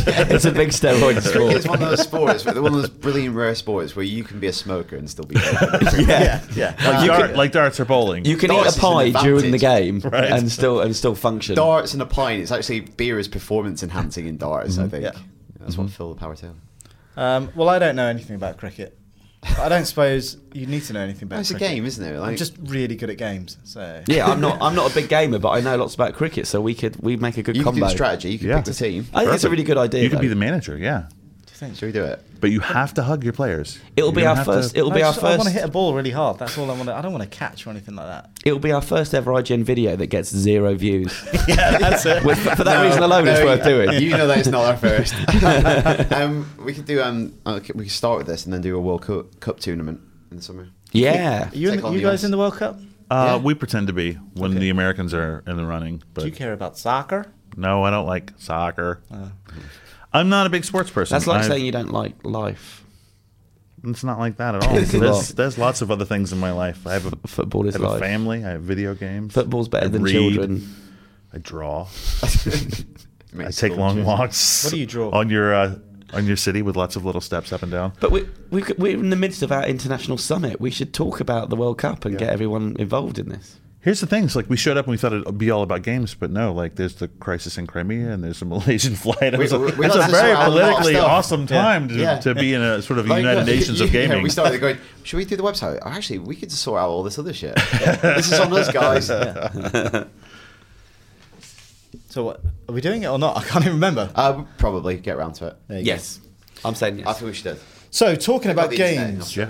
B: it's a big steroid
D: Cricket is
B: sport.
D: one of those sports, one of those brilliant rare sports where you can be a smoker and (laughs) still be.
B: Uh, yeah.
D: yeah,
C: Like,
D: you
C: dart,
D: can,
C: like darts or bowling.
B: You can eat
D: Darts is
B: a
D: an
B: pie during the game
D: advantage. (laughs)
C: Right.
B: and still and still function.
D: darts and a pint. It's actually beer is performance enhancing in darts. I think
A: Yeah.
D: that's what Phil the Power Taylor.
A: Um, well, I don't know anything about cricket. But I don't suppose you need to know anything about
D: It's a
A: cricket.
D: game, isn't it?
A: I'm
D: Like,
A: just really good at games. So
B: Yeah,
A: (laughs)
B: I'm not I'm not a big gamer, but I know lots about cricket, so we could we make a good
D: you can do
B: combo.
D: the strategy. You can
C: Yeah.
D: pick the team.
B: I think it's a really good idea.
C: you could
B: though.
C: be the manager, yeah.
D: Should we do it?
C: But you have to hug your players.
B: It'll
C: You
B: be
C: don't
B: our
C: have to-
B: first. It'll
A: I
B: be our
A: just- I want
B: first.
A: to hit a ball really hard. That's all I want. to I don't want to catch or anything like that.
B: It'll be our first ever IGN video that gets zero
D: (laughs)
B: views.
A: yeah, that's it.
B: With- (laughs) for that reason alone, it's
D: No,
B: worth
D: you-
B: doing.
D: You know that it's not our (laughs) first. um, we could do. Um, okay, we could start with this and then do a World Cup, Cup tournament in the summer.
B: yeah.
A: you in
D: Take
A: the,
D: on
A: you
D: the
A: guys
D: odds.
A: in the World Cup?
C: Uh,
D: Yeah.
C: We pretend to be when the Americans are in the running.
A: Do you
C: But
A: care about soccer?
C: no, I don't like soccer. I'm not a big sports person.
B: Uh. That's like
C: I've-
B: saying you don't like life.
C: It's not like
B: (laughs)
C: that at all.
B: It's
C: there's,
B: not.
C: there's lots of other things in my life. I have a,
B: Football
C: I
B: is
C: have
B: life.
C: a family. I have video games.
B: Football's better
C: I
B: than
C: read.
B: children.
C: I draw.
B: Uh,
C: I
D: Makes
C: take long
D: sculptures.
C: walks.
A: What do you draw?
C: on your uh, on your city with lots of little steps up and down?
B: But we, we, could- we're in the midst of our international summit. We should talk about the World Cup and get everyone involved in this.
C: Here's the thing: it's like we showed up and we thought it'd be all about games, but no. Like there's the crisis in Crimea and there's the (laughs) Malaysian flight. It was a,
D: we- we
C: it's
D: got
C: a
D: to
C: very
D: surround a lot of
C: politically
D: stuff.
C: awesome time to,
D: Yeah.
C: to be in a sort of
D: (laughs) Like,
C: United
D: yeah,
C: Nations of
D: yeah,
C: gaming.
D: we
C: (laughs)
D: started going, should we do the website? Oh, Actually, we could sort out all this other shit. (laughs) this is on us,
C: (laughs)
D: guys.
A: So what, are we doing it or not? I can't even remember.
D: Uh, we'll probably get around to it.
A: There you
B: Yes. I'm saying yes.
D: I think we should.
A: go. So talking about
D: the internet
A: games.
C: yeah.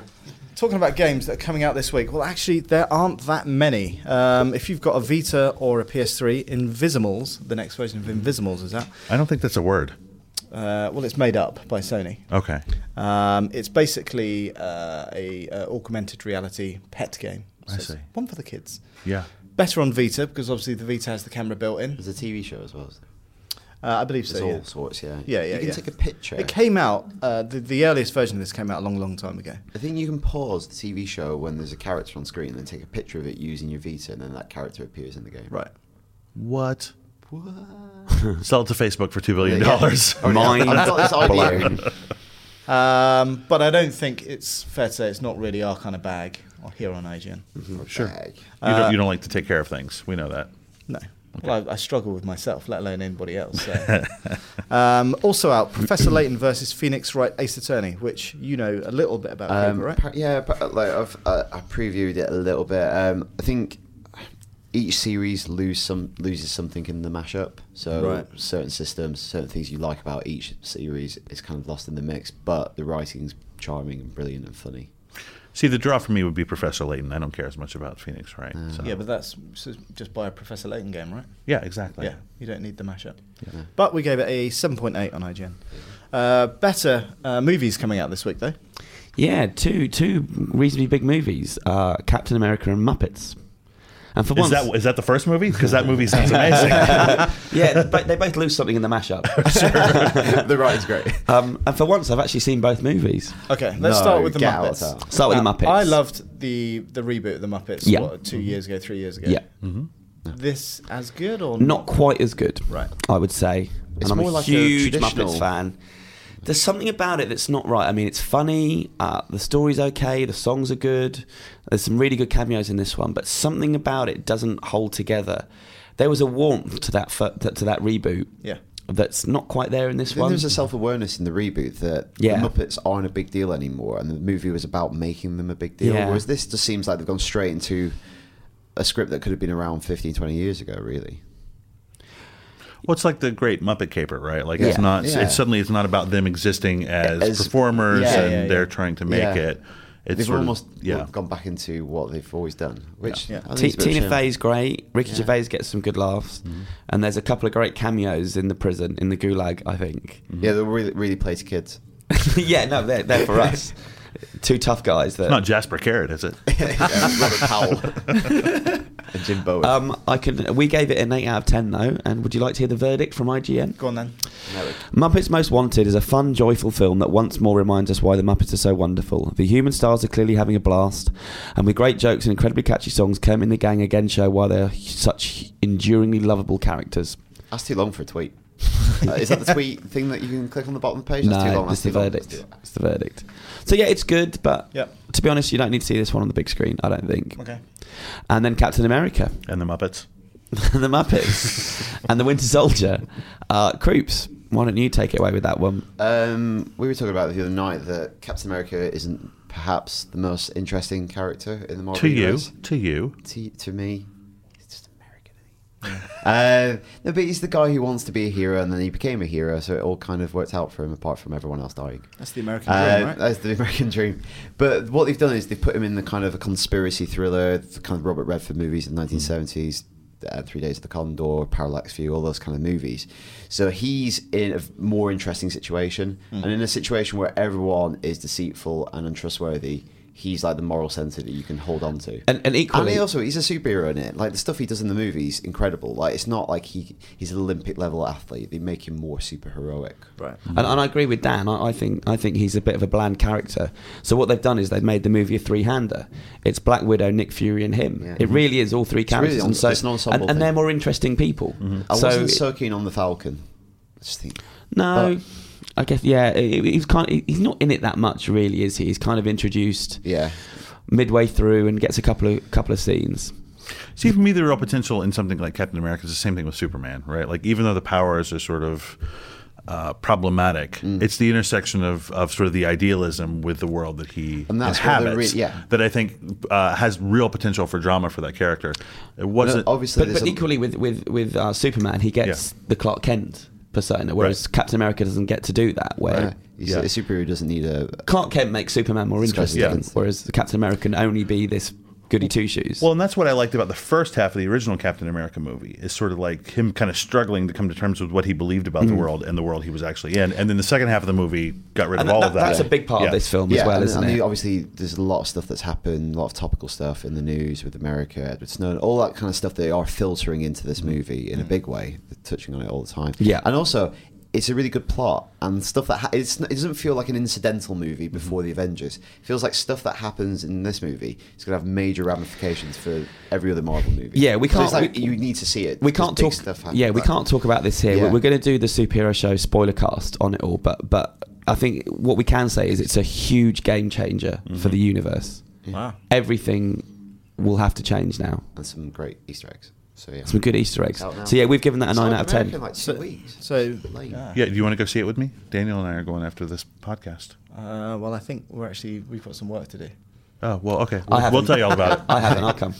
A: Talking about games that are coming out this week, well, actually, there aren't that many. Um, if you've got a Vita or a PS3, Invisimals, the next version of Invisimals is out.
C: I don't think that's a word.
A: Uh, well, it's made up by Sony.
C: Okay.
A: Um, it's basically uh, a, uh augmented reality pet game.
C: I
A: it's
C: see.
A: One for the kids.
C: Yeah.
A: Better on Vita because obviously the Vita has the camera built in.
D: There's a TV show as well. Is there?
A: Uh, I believe
D: There's
A: so. yeah.
D: all sorts, yeah.
A: Yeah, yeah,
D: You can
A: yeah.
D: take a picture.
A: It came out. Uh, the, the earliest version of this came out a long, long time ago.
D: I think you can pause the TV show when there's a character on screen and then take a picture of it using your Vita, and then that character appears in the game.
A: Right.
C: What? (laughs) Sell it to Facebook for two billion
D: Yeah.
C: dollars. (laughs)
D: Oh, yeah.
B: Mind
D: I've got this
B: blown.
D: idea. (laughs)
A: Um, but I don't think it's fair to say it's not really our kind of bag or here on IGN.
C: Sure.
D: Bag.
C: You, don't, you don't like to take care of things. We know that.
A: No. Well, I, I struggle with myself, let alone anybody else. (laughs) So. um, also out, Professor Layton versus Phoenix Wright Ace Attorney, which you know a little bit about,
D: Um,
A: Cooper, right?
D: pa- Yeah, pa- like I've uh, I previewed it a little bit. Um, I think each series lose some loses something in the mashup. So
A: Right.
D: certain systems, certain things you like about each series is kind of lost in the mix. But the writing's charming and brilliant and funny.
C: See, the draw for me would be Professor Layton. I don't care as much about Phoenix, right?
D: Mm.
C: So-
A: Yeah, but that's so it's just by a Professor Layton game, right?
C: yeah, exactly.
A: Yeah, you don't need the mashup. But we gave it a 7.8 on IGN. Uh, better uh, movies coming out this week, though.
B: Yeah, two two reasonably big movies: uh, Captain America and Muppets. And for
C: Is
B: once,
C: that is that the first movie? Because that movie
D: (laughs)
C: sounds
B: (laughs)
C: amazing.
B: yeah, but they both lose something in the mashup.
D: the writing's great.
B: Um, and for once, I've actually seen both movies.
A: Okay, let's
D: No,
A: start with the
D: get out
A: Muppets.
D: of town.
B: Start with the
A: Now,
B: Muppets.
A: I loved the the reboot of the Muppets.
B: Yeah.
A: What, two years ago, three years ago.
B: Yeah,
C: Mm-hmm.
A: This as good or
B: not quite as good.
A: Right.
B: I would say.
D: It's
B: and I'm
D: more
B: a
D: like a
B: huge
D: traditional-
B: Muppets fan. There's something about it that's not right. I mean, it's funny. Uh, the story's okay. The songs are good. There's some really good cameos in this one, but something about it doesn't hold together. There was a warmth to that fir- to that reboot.
A: Yeah.
B: That's not quite there in this
D: I think
B: one.
D: there's a self awareness in the reboot that
B: Yeah.
D: the Muppets aren't a big deal anymore, and the movie was about making them a big deal.
B: Yeah.
D: Whereas this just seems like they've gone straight into a script that could have been around 15, 20 years ago, really.
C: well, it's like the Great Muppet Caper, right? Like it's
D: Yeah.
C: not.
D: Yeah.
C: It's suddenly it's not about them existing as,
D: As-
C: performers
D: yeah,
C: and
D: yeah,
A: yeah.
C: they're trying to make
D: Yeah.
C: it. It's
D: they've
C: sort of-
D: almost
C: yeah.
D: gone back into what they've always done, which
A: Yeah.
D: I think
B: T-
D: is a bit of a
B: Tina
D: shame.
B: Fey's great. Ricky
D: Yeah. Mm-hmm.
B: Gervais gets some good laughs, and there's a couple of great cameos in the prison in the gulag. I think. (laughs)
D: Mm-hmm. Yeah, they really, really play to kids.
B: yeah, no, they're, they're
D: (laughs)
B: for us. Two tough guys. That
C: It's not Jasper Carrot, is it?
D: yeah, Robert Powell
C: (laughs)
D: (laughs) and Jim
B: (laughs)
D: Bowen.
B: um, I can. We gave it an eight out of ten though. And would you like to hear the verdict from IGN?
A: Go on then.
D: No, it-
B: Muppets Most Wanted is a fun, joyful film that once more reminds us why the Muppets are so wonderful. The human stars are clearly having a blast, and with great jokes and incredibly catchy songs, Kermit and the gang again show why they are such enduringly lovable characters.
D: that's too long for a tweet. Uh, is
B: (laughs)
D: that
A: (laughs)
D: the tweet thing that you can click on the bottom of the page? That's too
B: no,
D: long.
B: it's
D: That's
B: the
D: too long. that's
B: verdict.
D: too long.
B: It's the verdict. So yeah, it's good, but
A: Yep.
B: to be honest, you don't need to see this one on the big screen. I don't think.
A: Okay.
B: And then Captain America,
C: and the Muppets.
B: (laughs) the Muppets, and the Winter Soldier. Uh, Croops, why don't you take it away with that one? Uh,
D: Um, we were talking about the other night that Captain America isn't perhaps the most interesting character in the Marvel
C: To you,
D: universe.
C: to you.
D: to, to me, he's just American. isn't he? (laughs) uh, no, but he's the guy who wants to be a hero, and then he became a hero, so it all kind of worked out for him, apart from everyone else dying.
A: That's the American dream,
D: Uh,
A: right?
D: That's the American dream. But what they've done is they've put him in the kind of a conspiracy thriller, the kind of Robert Redford movies in the 1970s, uh, Three Days of the Condor, Parallax View, all those kind of movies. So he's in a more interesting situation.
A: Hmm.
D: And in a situation where everyone is deceitful and untrustworthy, he's like the moral centre that you can hold on to.
B: And, and
D: And
B: equally,
D: he also he's a superhero in it. Like the stuff he does in the movies, incredible. Like it's not like he he's an Olympic level athlete. They make him more superheroic.
A: Right.
B: And, and I agree with Dan. I, I think I think he's a bit of a bland character. So what they've done is they've made the movie a three-hander. It's Black Widow, Nick Fury, and him.
D: Yeah.
B: It really is all three
D: really
B: characters,
D: an-
B: and so
D: it's an ensemble
B: and, and they're
D: thing. Mm-hmm.
B: more interesting people.
D: I
B: so
D: wasn't so keen on the Falcon. I just think
B: no,
D: but-
B: I guess yeah. he- He's kind. Of, he's not in it that much, really, is he? He's kind of introduced
D: Yeah.
B: midway through and gets a couple of couple of scenes.
C: See, for me, the real potential in something like Captain America is the same thing with Superman, right? Like, even though the powers are sort of uh, problematic,
D: Mm.
C: it's the intersection of, of sort of the idealism with the world that he
D: And that's what the
C: inhabits
D: re- yeah.
C: that I think uh, has real potential for drama for that character. It
D: No,
C: wasn't.
D: obviously,
B: But,
D: there's
B: but
D: a-
B: equally with with with uh, Superman, he gets
C: Yeah.
B: the Clark Kent persona, whereas Captain America doesn't get to do that. Where
D: yeah, you see,
C: Yeah.
D: a superhero doesn't need a.
B: Clark Kent makes Superman more interesting,
D: Yeah.
B: whereas the Captain America can only be this goody two shoes.
C: Well, and that's what I liked about the first half of the original Captain America movie is sort of like him kind of struggling to come to terms with what he believed about
D: Mm.
C: the world and the world he was actually in. And then the second half of the movie got rid
B: and
C: of all
B: that-
C: of that.
B: that's a big part
C: Yeah.
B: of this film
D: Yeah,
B: as well,
D: and,
B: isn't
D: and
B: it?
D: the- obviously there's a lot of stuff that's happened, a lot of topical stuff in the news with America, Edward Snowden, all that kind of stuff. They are filtering into this movie in a big way, They're touching on it all the time.
B: Mm. Yeah.
D: and also it's a really good plot and stuff that ha- it's, it doesn't feel like an incidental movie
B: Mm-hmm.
D: before the Avengers. It feels like stuff that happens in this movie is going to have major ramifications for every other Marvel movie.
B: Yeah, we
D: So it's
B: can't-
D: like
B: we-
D: you need to see it.
B: we
D: There's
B: can't
D: big
B: talk.
D: Stuff happens
B: yeah, we
D: like that.
B: can't talk about this here. We're,
D: Yeah.
B: we're going to do the superhero show spoiler cast on it all, but but I think what we can say is it's a huge game changer
D: Mm-hmm.
B: for the universe.
A: Wow.
B: Everything will have to change now.
D: and some great Easter eggs. So yeah,
B: Some good Easter eggs.
D: Out now.
B: So yeah, we've given that a nine out of ten.
D: Like two
A: So,
D: weeks.
A: so
D: Lame.
C: Yeah, do you want to go see it with me? Daniel and I are going after this podcast.
A: uh, well, I think we're actually we've got some work to do.
C: Oh well, okay.
B: I
C: We'll, we'll
B: haven't.
C: tell you all about it.
B: (laughs) I haven't. I'll
C: (laughs)
B: come.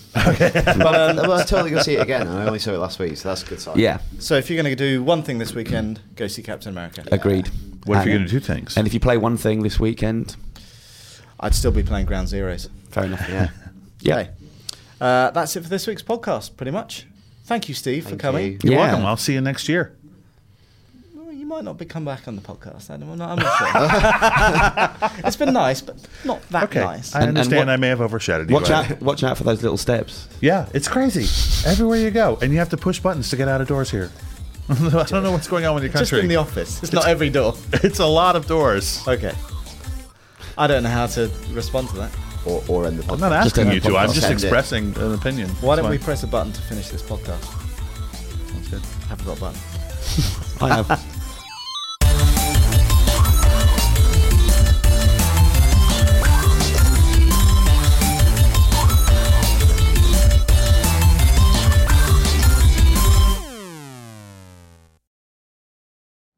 A: But
B: (laughs)
A: um,
D: well, I was totally gonna see it again, and I only saw it last week, so that's a good sign.
B: Yeah,
A: so if you're going to do one thing this weekend, go see Captain America.
B: agreed.
C: What if you're
B: And-
C: going to do things?
B: And if you play one thing this weekend,
A: I'd still be playing Ground Zeroes.
B: fair enough.
D: yeah.
B: Yeah.
A: Okay. Uh, that's it for this week's podcast, pretty much. Thank you, Steve, for
D: Thank
A: coming.
D: you.
C: You're
B: Yeah.
C: welcome. I'll see you next year.
A: Well, you might not be come back on the podcast. Adam. I'm not, I'm not
C: (laughs)
A: sure. it's been nice, but not that
C: Okay.
A: Ah, nice.
C: I
B: And- and
C: understand.
B: what-
C: I may have overshadowed you.
B: Watch
C: but-
B: out! Watch out for those little steps.
C: Yeah, it's crazy. Everywhere you go, and you have to push buttons to get out of doors here. (laughs) I don't know what's going on with your
A: Just
C: country.
A: in the office. It's not every door.
C: (laughs) it's a lot of doors.
A: Okay. I don't know how to respond to that.
D: Or, or end the
C: I'm
D: podcast.
C: not
B: Just
C: asking
B: end
C: you
B: the
C: to. I'm
B: podcast.
C: just
D: End it.
C: expressing an opinion.
A: Why don't we
C: It's
A: press a button to finish this podcast?
C: fine. Sounds good.
A: Haven't got a button.
B: I
C: (laughs)
B: know.